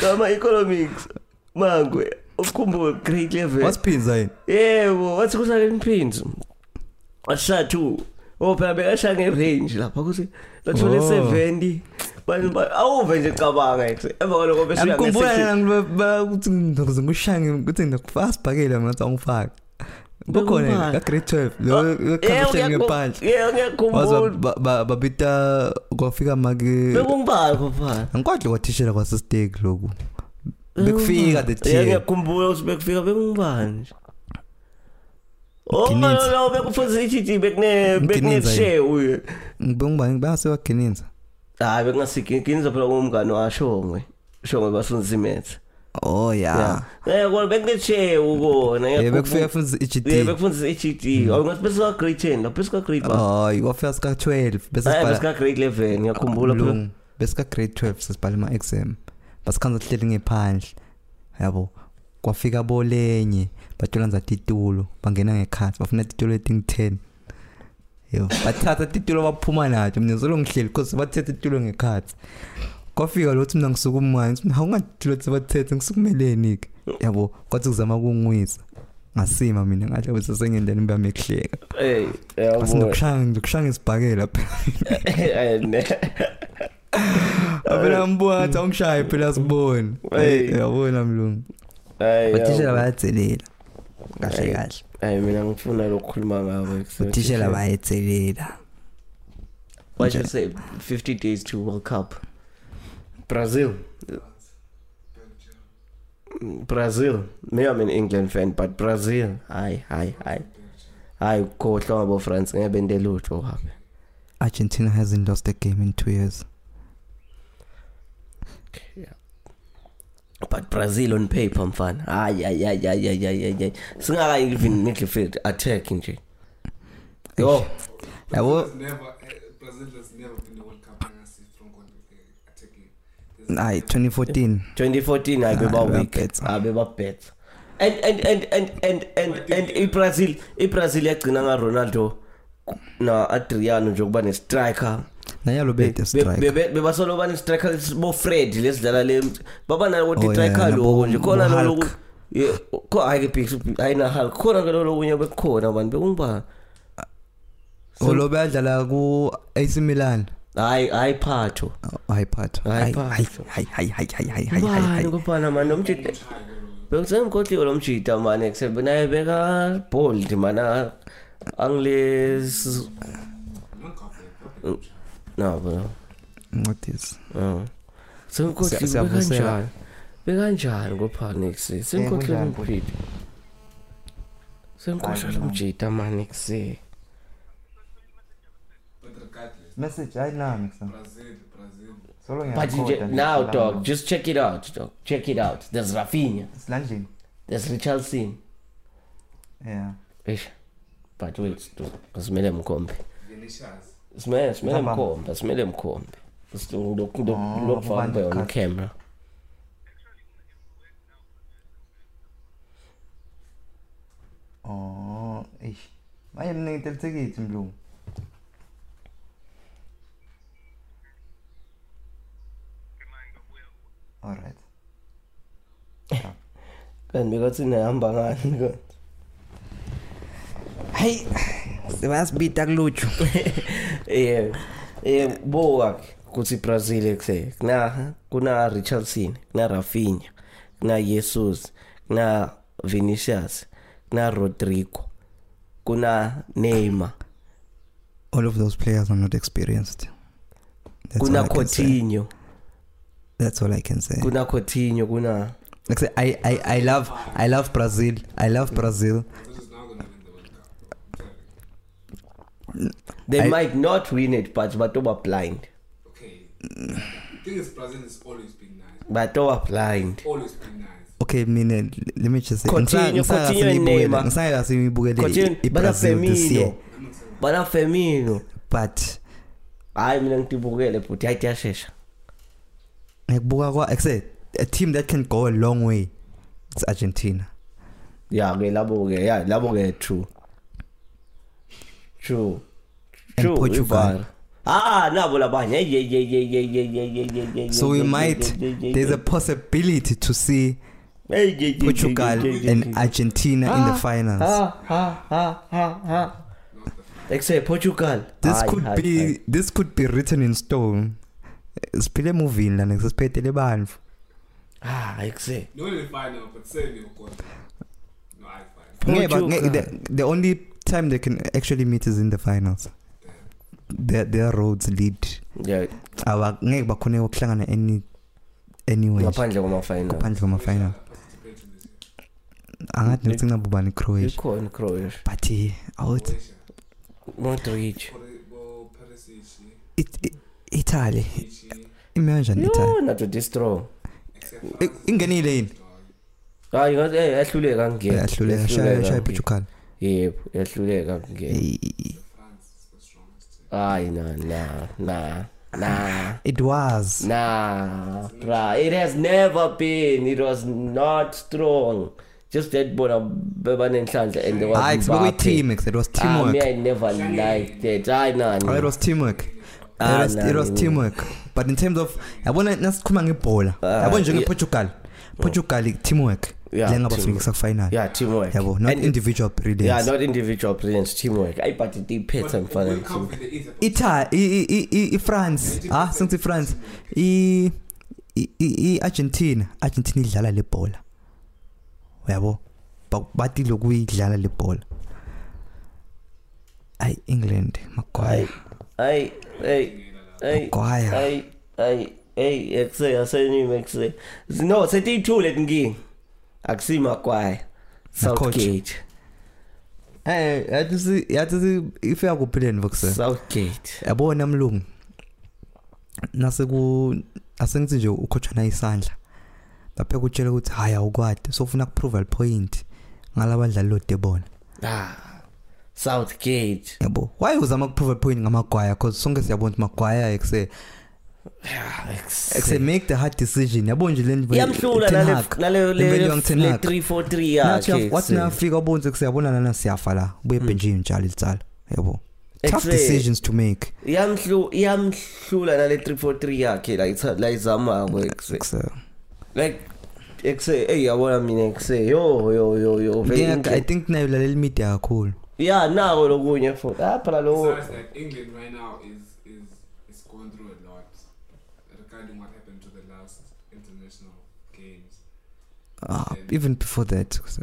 S2: kama economics mangwe ukhumbule grade 11
S1: wasiphinza yini
S2: yebo wathi kuthi ake niphinde washaya two oh phela bekashaya ngerange lapha kuthi lathole
S1: Oh.
S2: 70 Bani- ba- awuve nje cabanga ethi emva kwalokho bese uya
S1: ngikhumbula
S2: nge-section.
S1: yena ukuthi ngizokuze ngishange ukuthi ngikusibhakele manje angifaki
S2: Bekubani?
S1: bukhona yena ka grade 12 lo
S2: Yebo,
S1: yokhamba ngephandle
S2: ngiyaku- yebo, ngiyakhumbula
S1: waza ba- ba- babita kwafika make
S2: bekungibakho phana
S1: angikwadli kwathishela kwasistake lokhu bekufika the
S2: Yeah,
S1: tier
S2: ngiyakhumbula ukuthi bekufika bekungibani nje Oh
S1: Ngininza.
S2: manje lo bekufuna ichithi bekune bekune
S1: Ngininza yini?
S2: share uye.
S1: ngibonga ngibase wageninza
S2: Hayi bengasikinza phela ngomngani washongwe. Shongwe basunzimethe.
S1: oh
S2: Yeah.
S1: yeah
S2: Eh kodwa bekune share ukona
S1: yebo bekufika futhi
S2: Yeah
S1: iGD
S2: bekufuna ichithi. Awungathi bese ka grade 10, lapho bese ka grade 1.
S1: oh kwafika ska 12 bese
S2: Hayi bese
S1: sibhala
S2: ka grade 11 ngiyakhumbula phela.
S1: Lungu. bese ka grade 12 sesibhala ama exam basikhanza sihleli ngephandle yabo kwafika bolenye batholanza titulo bangena ngekhathi bafuna titulo eting 10 yo bathatha titulo baphuma nathi mina solo ngihleli cause bathethe titulo ngekhathi kwafika lothi mina ngisuka umanje mina awungatitulo sebathethe ngisukumeleni ke yabo kwathi kuzama ukungwisa ngasima mina ngahle bese sengendeni bami ekuhleka
S2: Eh
S1: Tá
S2: yabo.
S1: asinokushaya ngizokushaya isibhakela phela
S2: Eh, ne. Eh.
S1: phela ngibuka athi awungishaye phela sibone Eh,
S2: Hey.
S1: yabona mlungu
S2: Hayi,
S1: batishela
S2: yabo.
S1: bayatselela kahle
S2: Hey.
S1: kahle
S2: Hayi mina ngifuna lokukhuluma ngabo.
S1: utishela bayatselela
S2: What you say? 50 days to World Cup. Brazil. Mm, Brazil. Maybe I'm an England fan, but Brazil. Aye, aye, aye. Aye, ukhohlwa ngabo France ngebe ndelutho hape.
S1: Argentina hasn't lost a game in two years
S2: But Brazil on paper mfana. Aye, aye, aye, aye, aye, aye, aye. Singaka even midfield attack nje. Yo,
S1: yabo
S3: Brazil has never, eh, Brazil has never been the World Cup winner since from going to uh, attacking. There's
S1: hayi 2014
S2: 2014 aye
S1: Ah,
S2: beba weak.
S1: bebabetha.
S2: Aye beba bet. And and and and and and and iBrazil iBrazil yagcina nga Ronaldo na Adriano nje ukuba ne striker.
S1: nayalo bete strike
S2: bebasolo bane striker bo Fred lesidlala le baba nalo
S1: Oh,
S2: ukuthi
S1: yeah,
S2: striker
S1: nabo-
S2: lo nje khona
S1: bo
S2: lo
S1: Hulk.
S2: loku Yeah, ko ayike big ayina Hulk khona ke lo lokunye bekukhona abantu bekungiba
S1: olo bayadlala ku AC Milan Oh,
S2: hayi hayi phatho
S1: hayi part hayi
S2: Hayi,
S1: hayi
S2: Pato.
S1: hayi hayi hayi hayi hayi
S2: bani
S1: hayi
S2: kupana manje umjita Bengizemgodliwe lo mjita manje eksebe naye beka bold mana angles nabo no
S1: ngodisi
S2: Ah. Sengikhohliwe
S1: siyavuseka.
S2: kanjani? Bekanjani ngophaniksi? Sengikhohliwe
S1: kunjani,
S2: umphidi. Sengikhohliwe umjita mani kuse.
S3: But regardless,
S1: message ayinami kusasa
S3: Brazil, Brazil.
S1: solo
S2: But nje now dog, just check it out dog. Check it out. There's Rafinha,
S1: Slanjing.
S2: there's Richarlison.
S1: Yeah.
S2: Eish. But wait, dog. Asimele mkhombe.
S3: Vinicius.
S2: Simele simele
S1: Ntambama.
S2: mkhombe, simele mkhombe. Isitungu
S1: Oh,
S2: lokufamba
S1: abantu
S2: on
S1: khasi.
S2: camera.
S1: Oh, eish. Manje mina ngitelithikithi mlungu. Alright.
S2: Kanti bekathi nehamba ngani kodwa?
S1: Hey, sebasibita kuluju.
S2: Eh eh boa kutsi Brazil ekuse. Kuna kuna Richardson, kuna Rafinha, kuna Jesus, kuna Vinicius, kuna Rodrigo, kuna Neymar,
S1: all of those players are not experienced. That's all
S2: kuna
S1: I can say.
S2: Coutinho
S1: That's all I can say.
S2: kuna Coutinho kuna
S1: Like I, say, I, I, I love I love Brazil. I love Brazil.
S3: Which is now going to win the World Cup. I'm telling you.
S2: they
S1: I-
S2: might not win it but batoba blind
S3: Okay. The thing is, Brazil has always been nice.
S2: batoba blind
S3: Always been nice.
S1: Okay, mina l- let me just say
S2: Coutinho,
S1: ngisa- ngisake
S2: Coutinho and
S1: siyibukele-
S2: Neymar.
S1: ngisake siyibukele
S2: Coutinho
S1: i-
S2: bana
S1: iBrazil this year.
S2: Firmino bana Firmino
S1: But
S2: hayi mina ngitibukele but ayitiyashesha
S1: ngikubuka kwa like I say, a team that can go a long way. It's Argentina.
S2: ya ke labo ke ya labo ke true true
S1: And
S2: true
S1: Portugal.
S2: iVAR. ah nabo labanye Hey, hey, hey, hey, hey, hey, hey, hey, hey, hey,
S1: So we
S2: hey, hey,
S1: might
S2: hey, hey,
S1: there's a
S2: hey,
S1: possibility to see
S2: hey, hey, hey,
S1: Portugal
S2: hey, hey, hey, hey.
S1: and Argentina in the finals.
S2: ha ha ha ha ha Except Portugal
S1: this
S2: Hayi,
S1: could
S2: hayi,
S1: be
S2: hayi.
S1: this could be written in stone siphile emuvini lana ngisiphetele bantfu
S2: ah except
S3: No, only final, but same you're going. No, I find.
S1: Ngeke ba-
S2: Portugal.
S1: ngeke- the, the only time they can actually meet is in the finals their, their roads lead
S2: yeah
S1: Awa- ngeke bakhone ukuhlangana any anyway
S2: ngaphandle kwama final
S1: ngaphandle kwama-final angathi ngicinga bobani croatia
S2: ikhona Croatia
S1: but eh, awuthi
S2: Modric
S1: it- it- italy ime kanjani italy
S2: yona to destroy
S1: I- ingenile yini
S2: hayi ngathi eh, yahluleka ngeke
S1: yahluleka shaya shaya iportugal
S2: yebo yahluleka ngeke
S1: Eh,
S2: hayi na na na na
S1: it was
S2: Nah, bruh, it has never been. It was not strong. Just that bona bebanenhlanhla and there was
S1: hayi
S2: Mbappe.
S1: team Ah, it was
S2: Ah, me,
S1: teamwork
S2: I never liked it. Hayi nani.
S1: Oh, it was teamwork
S2: Ah,
S1: it was, it was
S2: nani.
S1: teamwork but in terms of yabona nasikhuluma ngebhola
S2: Ah,
S1: yabona
S2: yeah.
S1: njengeportugal portugal i- teamwork
S2: Yeah,
S1: lengabafikisa kufinal
S2: Yeah, teamwork.
S1: yabo not
S2: And-
S1: individual
S2: Yeah,
S1: brilliance
S2: not individual brilliance, teamwork. I but it depends on
S3: We'll
S2: finance.
S3: come with the ether.
S1: ita i- i- i- ifrance ah singithi ifrance i- i- i- i-argentina argentina idlala le bhola yabo Ba- bathi lokuyidlala le bhola ayi england magwaya
S2: Hey, hey, hey,
S1: magwaya
S2: hey, hey, hey, ekuse yasenyima ekuse. No, setiyithule ngingi. Akusima kwaya.
S1: coach.
S2: Southgate.
S1: Eh, yathi si- yathi si- ifika kuphi leni vokusela
S2: Southgate.
S1: yabona mlungu naseku asengithi nje ukhotshana isandla bapheka utshele ukuthi hayi awukwadi sofuna kuprova lipoint ngala badlali lodebona
S2: Ah. Southgate.
S1: yabo why uzama kuprova lipoint ngamagwaya cause sonke siyabona ukuthi magwaya ekuse ekuse make the hard decision yabo nje leni
S2: iyamhlula
S1: naleyo
S2: nale-343
S1: wathi nafika ubonze kusiyabona lana siyafa la buye ebhenjini njalo litsala yabo tough
S2: Ekuse-
S1: decisions to make
S2: iyamhlula nale-343 yakhe la itha- la izamako ekuse.
S1: Ekuse-
S2: like ekuse eyi yabona mina ekuse yo yo yo yo vele
S1: Yeah, I
S2: inkinga.
S1: think nayo lalela media kakhulu.
S2: ya nako lokunye futhi aphela loko
S3: Besides that, England right now is is is going through a lot regarding what happened to the last international games.
S1: Ah, even before that.
S2: ekuse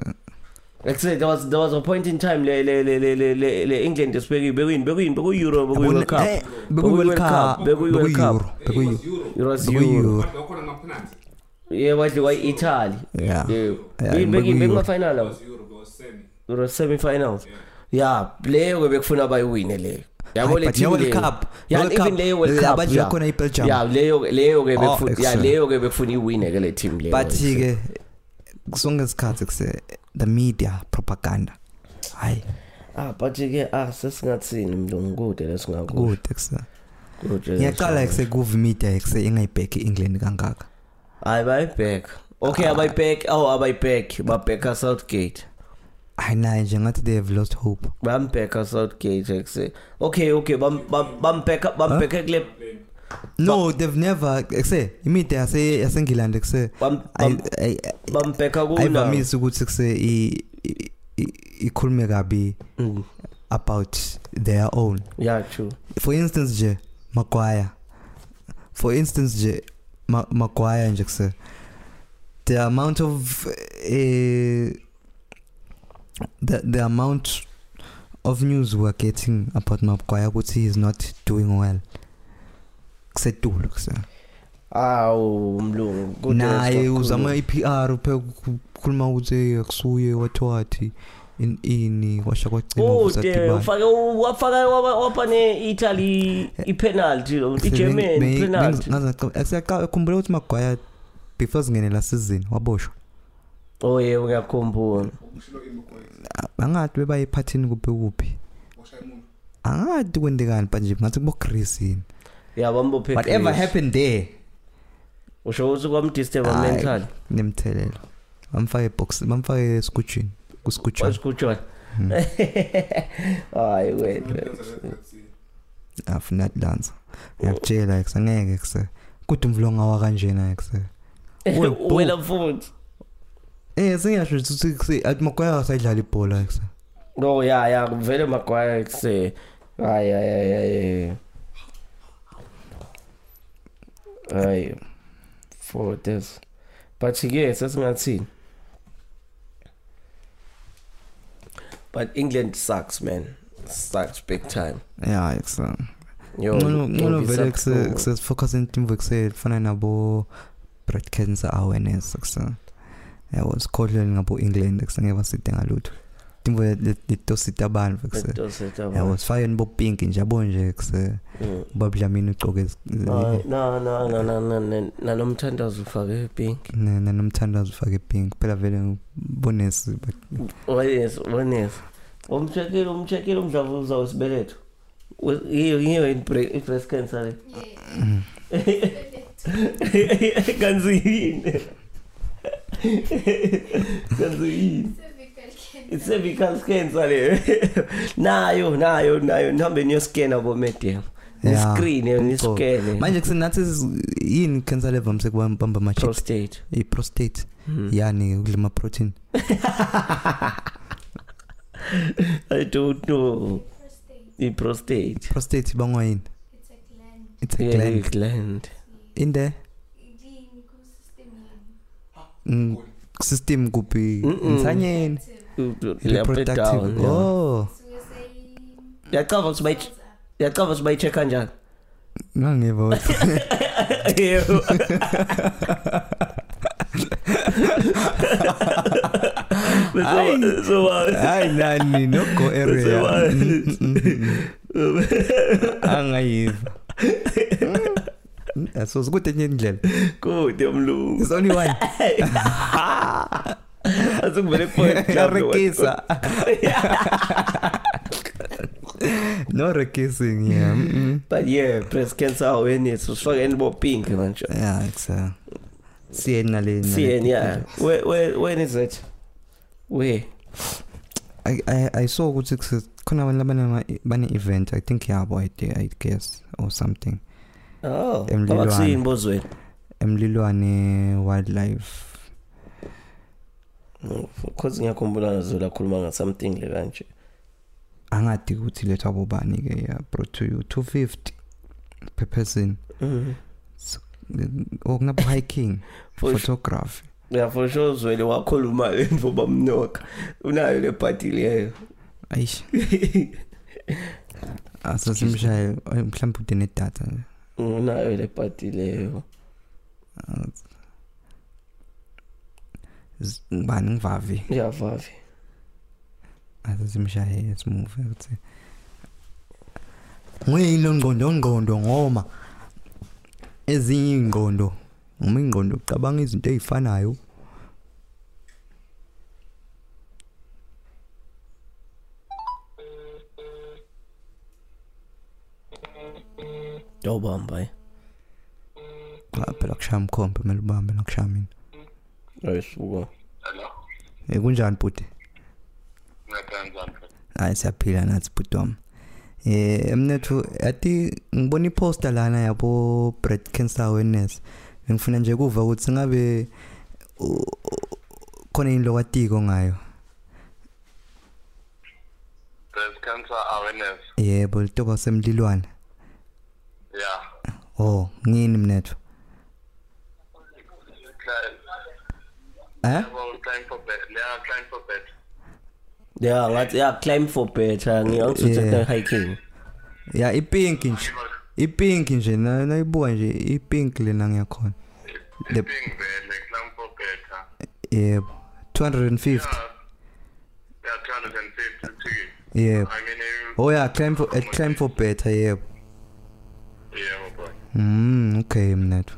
S2: there was there was a point in time le le le le le- le le England espeki bekuyini bekuyini bekuyi-Euro bekuyi-World Cup
S1: Eh, bekuyi-World Cup,
S2: bekuyi-World Cup.
S1: bekuyi-Euro,
S3: Hey, it
S1: bekuyi-
S2: it was
S3: was Euro.
S2: Euro
S1: bekuyi-Euro.
S3: But they're calling a penalty.
S2: ye wadliwa i-Italy
S1: Yeah.
S2: yebo
S1: Yeah,
S2: bekuyini
S1: bekuyi-Euro.
S2: bekumafinal
S3: It
S2: lapho
S3: was Euro. It was semi.
S2: Euro semi-finals
S3: Yeah.
S2: ya leyo ke bekufuna bayiwine leyo yabo
S1: Hayi,
S2: le
S1: but le
S2: team
S1: World
S2: leyo.
S1: Cup,
S2: Ya,
S1: World
S2: even
S1: Cup,
S2: leyo World
S1: la
S2: Cup,
S1: badlala
S2: ya.
S1: khona i-Belgium.
S2: ya leyo leyo ke
S1: Oh,
S2: befu- ya
S1: excellent.
S2: leyo ke bekufuna iwine ke le team leyo
S1: But uh, ke sonke isikhathi kuse the media propaganda. Hayi,
S2: ah but ke ah sesingathini mlungu kude lesingakude
S1: good kuse. Ngiyaqala kuse kuve media kuse ingayibheki England kangaka.
S2: hayi bayibheka
S1: Ah.
S2: okay abayibheki oh abayibheki babheka Southgate
S1: Hayi naye nje ngathi they have lost hope.
S2: bambheka Southgate ekuse okay okay bam- bam- bambheka bambheka kule
S3: Playing.
S1: No, they've never kuse imedia yase yaseNgilandi uh, kuse.
S2: bam-
S1: I
S2: bam-
S1: I
S2: bambheka kuna
S1: ayivamisi ukuthi kuse i i- i- ikhulume kabi
S2: Mm,
S1: about their own
S2: yeah true
S1: for instance nje magwaya for instance nje ma- magwaya nje kuse the amount of uh, the, the amount of news we are getting about Mabkwaya ukuthi is not doing well. Kusetulu kusa.
S2: awu mlungu kude
S1: naye eh,
S2: kakhulu.
S1: uzama i-pr upheka ukukhuluma ukuthi akusuye wathi wathi ini ini washa kwacima
S2: kude
S1: uzadibala.
S2: ufake wafaka waba- wapha ne-italy i-penalty
S1: Eh,
S2: lo, i-german penalty
S1: siyakhumbula ukuthi magwaya before singene la season waboshwa
S2: oh yebo ngiyakhumbula
S3: ushilo imikhoyisi
S1: A- angathi bebaye ephathini kuphi kuphi
S3: washa imuntu
S1: angathi kwendekani banje ngathi kubogreece yini
S2: ya bambophe
S1: whatever
S2: Greece.
S1: happened there
S2: usho ukuthi kwamdisturba
S1: Hayi,
S2: mentally
S1: nemthelela bamfake ebox bamfake esigujini kusigujana
S2: wasikutshona hayi wena
S1: Ah, afunat lanza ngiyakutshela ekuse ngeke kuse kude umvulongawa kanjena ekuse Uwe, bo.
S2: wena futhi
S1: Eh sengiyasho nje ukuthi kuse athi magwaya asayidlala ibhola ekuse
S2: no ya ya vele magwaya kuse hayi hayi hayi hayi hayi for this but ke sesingathini but england sucks man sucks big time
S1: yeah ekuse
S2: yo
S1: ngcono ngcono
S2: Ntombi
S1: vele
S2: sucks.
S1: kusefocus intimvo kusefana nabo breast cancer awareness kusa yabo sikholele ngabo England kusa ngeke baside ngalutho timvo letosita abantu kusa
S2: Bedosita bo.
S1: yabo sifake nibo pink nje yabo nje kusa
S2: Mm.
S1: ubabila mina ugcoke
S2: No, no, no, no, no, no, no, nanomthandazo ufake pink
S1: nanomthandazo ufake pink phela vele bonesi
S2: ones ones umcheckile umcheckile umdlavuza wesibeletho We- yiyo yiyo i- i-breast cancer le kanzi yini kanzi yini i-cervical cancer le nayo nayo nayo nihambe niyoskena bomedem
S1: Yeah.
S2: niskrini niskene
S1: manje kusenathi yini cancer level msekubamba ama-chips
S2: prostate
S1: i-prostate
S2: Hmm.
S1: yani kulima protein
S2: I don't know. I-prostate.
S1: prostate ibangwa yini it's a
S2: Yeah,
S1: gland
S2: i-gland.
S1: in the mm, system kuphi
S2: Mm-mm.
S1: nsanyeni reproductive
S2: Reproductive.
S1: oh
S2: Uyacabanga ukuthi bayi- uyacabanga ukuthi bayi-check kanjani?
S1: ngangeva ukuthi-
S2: Yebo. Bese-
S1: Hayi.
S2: bese wa-
S1: hayi nani nogo
S2: Bese
S1: area
S2: wa-
S1: Mm, mm, mm. angayiva Mm, mm, so sikude enye indlela
S2: Kude mlungu.
S1: it's only one
S2: Ah. Asikuvele ku-point club lo-
S1: Rekisa. no rekissing yeah mm-mm.
S2: But yeah, breast cancer awareness. Usifakeni bo-pink manje.
S1: yeah it's uh siyeni nale
S2: Siyeni, yeah. Where- where- when is it? Where?
S1: I, I, I saw ukuthi kuse- khona abantu abana- bane-event i think yabo I, thi- i guess or something
S2: Oh,
S1: Emlilwane.
S2: abakusini bozweni.
S1: emlilwane wildlife
S2: because ngiyakhumbula nazola khuluma ngasomething le kanje
S1: angadi ukuthi lethwa bobani-ke ya brought to you 250 per person
S2: Mm-hmm.
S1: or Oh, kunabo hiking
S2: For sure.
S1: photography
S2: uyafo sure uzwele wakhuluma le mvo bamnoka unayo le bhati leyo
S1: ayish asasimshaye mhlawumbe ude nedatha
S2: unayo le bhati leyo
S1: Ah, z- ngibani ngivavi
S2: uyavavi
S1: asesimshaye esimuve ukuthi ngiyilo ngqondo ngqondo ngoma ezinye ingqondo uma ingqondo ucabanga izinto ezifanayo
S2: ndawubamba ye
S1: Ah, phela kushaya mkhombe kumele ubambe nakushaya mina
S2: ayisuka
S4: Hello.
S1: Eh, kunjani bhuti
S4: Ngiyakwenza mfethu.
S1: hayi siyaphila nathi bhuti wami eh emnethu ati ngibona iposter lana yabo breast cancer awareness ngifuna nje kuva ukuthi ngabe u- u- khona yini lokwatiko ngayo
S4: Breast cancer awareness.
S1: yebo litoba semlilwane
S4: Yeah.
S1: oh ngini mnethu
S4: Cli-
S1: eh
S4: Level climb for bed. They are climb for bed.
S2: yeah ngathi yeah climb for better ngiyangithutheka
S1: Yeah.
S2: hiking
S1: ya ipinki nje ipinki nje na- nayibuka nje ipinki lena ngiyakhona The-
S4: Being there, like, climb for better.
S1: yebo 250
S4: Yeah. Yeah, 250 ticket.
S1: yebo
S4: I mean, you-
S1: oh yeah climb for, at climb for better yebo
S4: yeah, boy.
S1: mm okay mnethu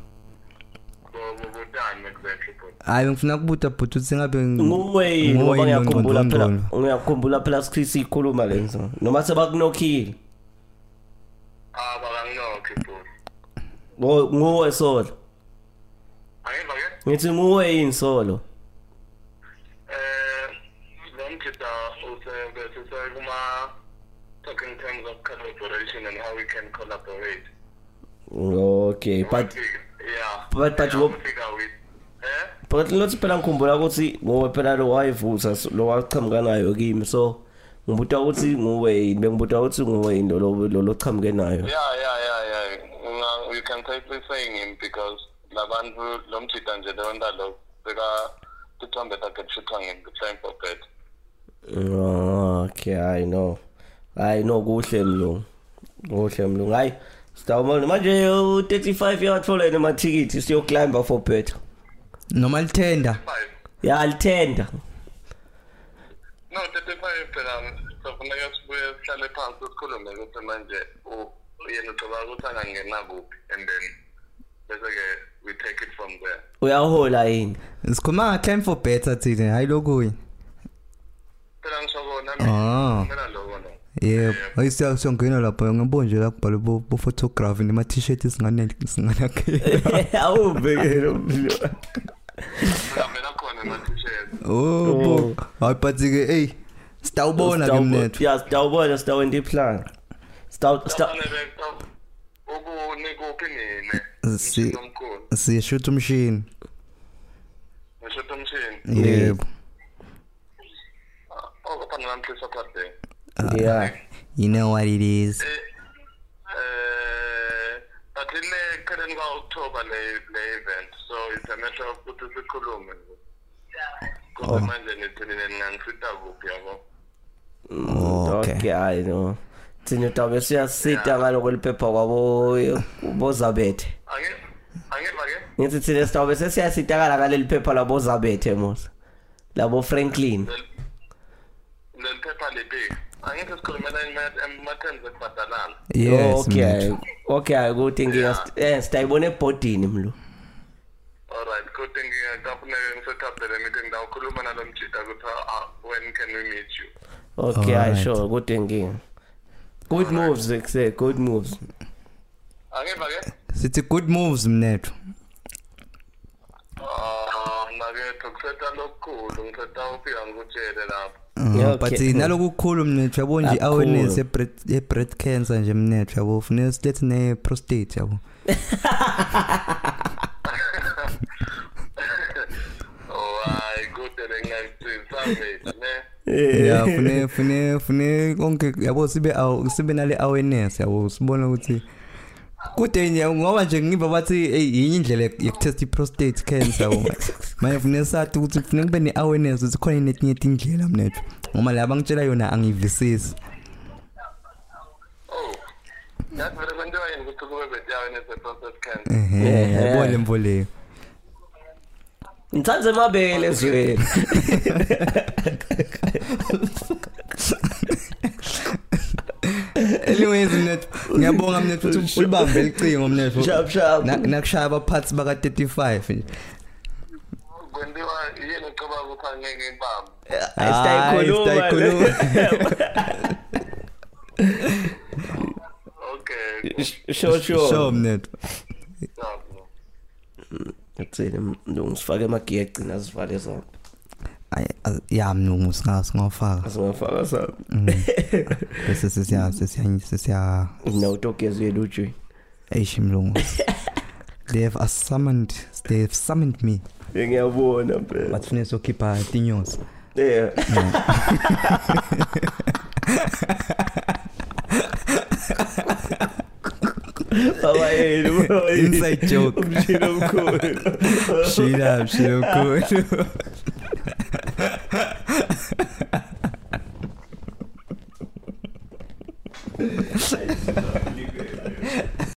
S4: So, we- we're done exactly, boy.
S1: hayi ngifuna kubuta bhuti ukuthi ngabe
S2: nguwe ngoba ngiyakhumbula phela
S1: phela
S2: ngiyakhumbula phela sikhisi ikhuluma lenzo noma sebakunokhile
S4: Ah, but I'm not, okay, boy.
S2: Ngo- nguwe solo
S4: I ain't forget.
S2: ngithi nguwe yini solo
S4: Eh, lo mkhida use- besise kuma- talk in terms of collaboration and how we can collaborate.
S2: okay but
S4: yeah.
S2: but- but
S4: Yeah,
S2: wo-
S4: we'll figure with- eh?
S2: but lothi phela ngikhumbula ukuthi ngowe phela lo wayivutha so- lo wachamuka nayo kimi so ngibuta ukuthi nguwe yini bengibuta ukuthi nguwe yini lo- lo lo- lo chamuke nayo
S4: Yeah, yeah, yeah, yeah. Nga- you can safely saying him because labantu lomjita nje lewonta lo seka tithombe takhe kushithwa ngeclaim for bed
S2: Oh, okay i know i know kuhle mlungu kuhle mlungu hayi sitawumona manje u-35 yawathola yena amathikithi siyoclimba for better
S1: noma lithenda
S4: five
S2: ya alithenda
S4: no thirty-five phela sofuneka sibuye sihlale phansi sikhulume ukuthi manje Oh, u- yena ucabanga ukuthi angangena kuphi and then bese-ke we take it from there
S2: uyahola yini
S1: sikhuluma ngaclaim for better thina hayi lokunye
S4: phela ngisho kona
S1: Ah.
S4: mina loko no
S1: yebo hayi siya- siyongena lapha ngibona nje la kubhalwe bo- bo-photography nema-t-shirt singanake
S2: awubhekele umlilo
S4: mina vela khona emathishezi
S1: oh bo hayi but-ke eyi sitawubona ke mnethu
S2: ya sitawubona sitawenta iplan
S4: Kufanele ku- ukuni kuphi nini
S1: Si-
S4: Umshini omkhulu
S1: siyashutha umshini
S4: ngisho ukuthi umshini
S1: yebo
S4: Ah, oh, kodwa ngingamhlisa phade
S2: ya
S1: you know what it is
S4: E, eh but inekheleni kwa-october le le event so it's a matter of ukuthi sikhulume kodwa manje nithinine ningangisita kuphi yabo
S1: okay.
S2: Mm, okay hayi no thina tawube siyasita ngaloko liphepha kwabo bozabethe
S4: Ange- angeva ke
S2: ngithi thina sitawube sesiyasitakala ngaleli phepha labozabethe musa labo franklin
S4: Lel- leli phepha lipi angithi sikhulumela ematheni ekubhadalana
S1: yes
S2: okay
S1: mnethu
S2: hayi. okay hayi kuthi nginga eh sitayibona ebhodini mlu
S4: Alright, good thing kafuneka ngisethabele meeting ndawukhuluma nalo mjida ukuthi ah, when can we meet you?
S2: okay hayi
S1: Alright.
S2: sure kuthi nginga good moves ekuse good moves
S4: Angeva ke?
S1: sithi good moves mnethu
S4: Ah, nakethu kusetha lokukhulu, ngisetha ufika ngikutshele lapho.
S1: Uh,
S2: Yeah,
S1: but
S2: okay.
S1: naloku kukhulu mnethu yabo nje
S2: Kakhulu.
S1: i-awareness ye-breast- ye-breast cancer nje mnethu yabo funeka silethe ne-prostate yabo
S4: Oh, hayi kude lengakucisa mithi ne.
S2: Eh.
S1: ya fune fune fune konke yabo sibe aw- sibe nale awareness yabo sibone ukuthi kude nje ngoba nje ngiva bathi "Ey, yinye indlela yok- yokutest i-prostate cancer yabo manje fune sathi ukuthi fune kube ne-awareness ukuthi khona netinye tindlela mnethu ngoba la bangitshela yona angiyivisisi
S4: Oh. Yazi vele kwenziwa yini ukuthi kube betiyawe nese-process
S1: Mm.
S4: cancer?
S1: ehe
S2: Ehhe.
S1: yabo le mvo leyo
S2: ngithanze mabele zweli
S1: anyways mnethu ngiyabonga mnethu ukuthi ulibambe licingo mnethu
S2: Shap, shap.
S1: Na- nakushaya abaphathi baka-35 nje
S4: Oh, Kwenziwa yini ucabanga ukuthi angeke ngibambe?
S2: Hayi,
S1: ah,
S2: sitayikhuluma
S1: Hayi, sitayikhuluma.
S4: Okay.
S2: le. sure
S1: sure
S2: sure
S1: mnethu
S4: Ngiyabonga.
S2: ngitsini ngisifake emagiya egcina azivale zonke
S1: Ay, az- ya mnumu singa- singawafaka
S2: asingafaka sami
S1: Mm. bese sesiya sesiya sesiya
S2: nawutogeza uyelujweni
S1: eish mlungu they have us summoned they have summoned me
S2: ngiyabona phela
S1: bathine sokhipha tinyosi
S2: Yeah. Baba yenu bro.
S1: Inside joke.
S2: Umshilo omkhulu.
S1: shila shila ukhulu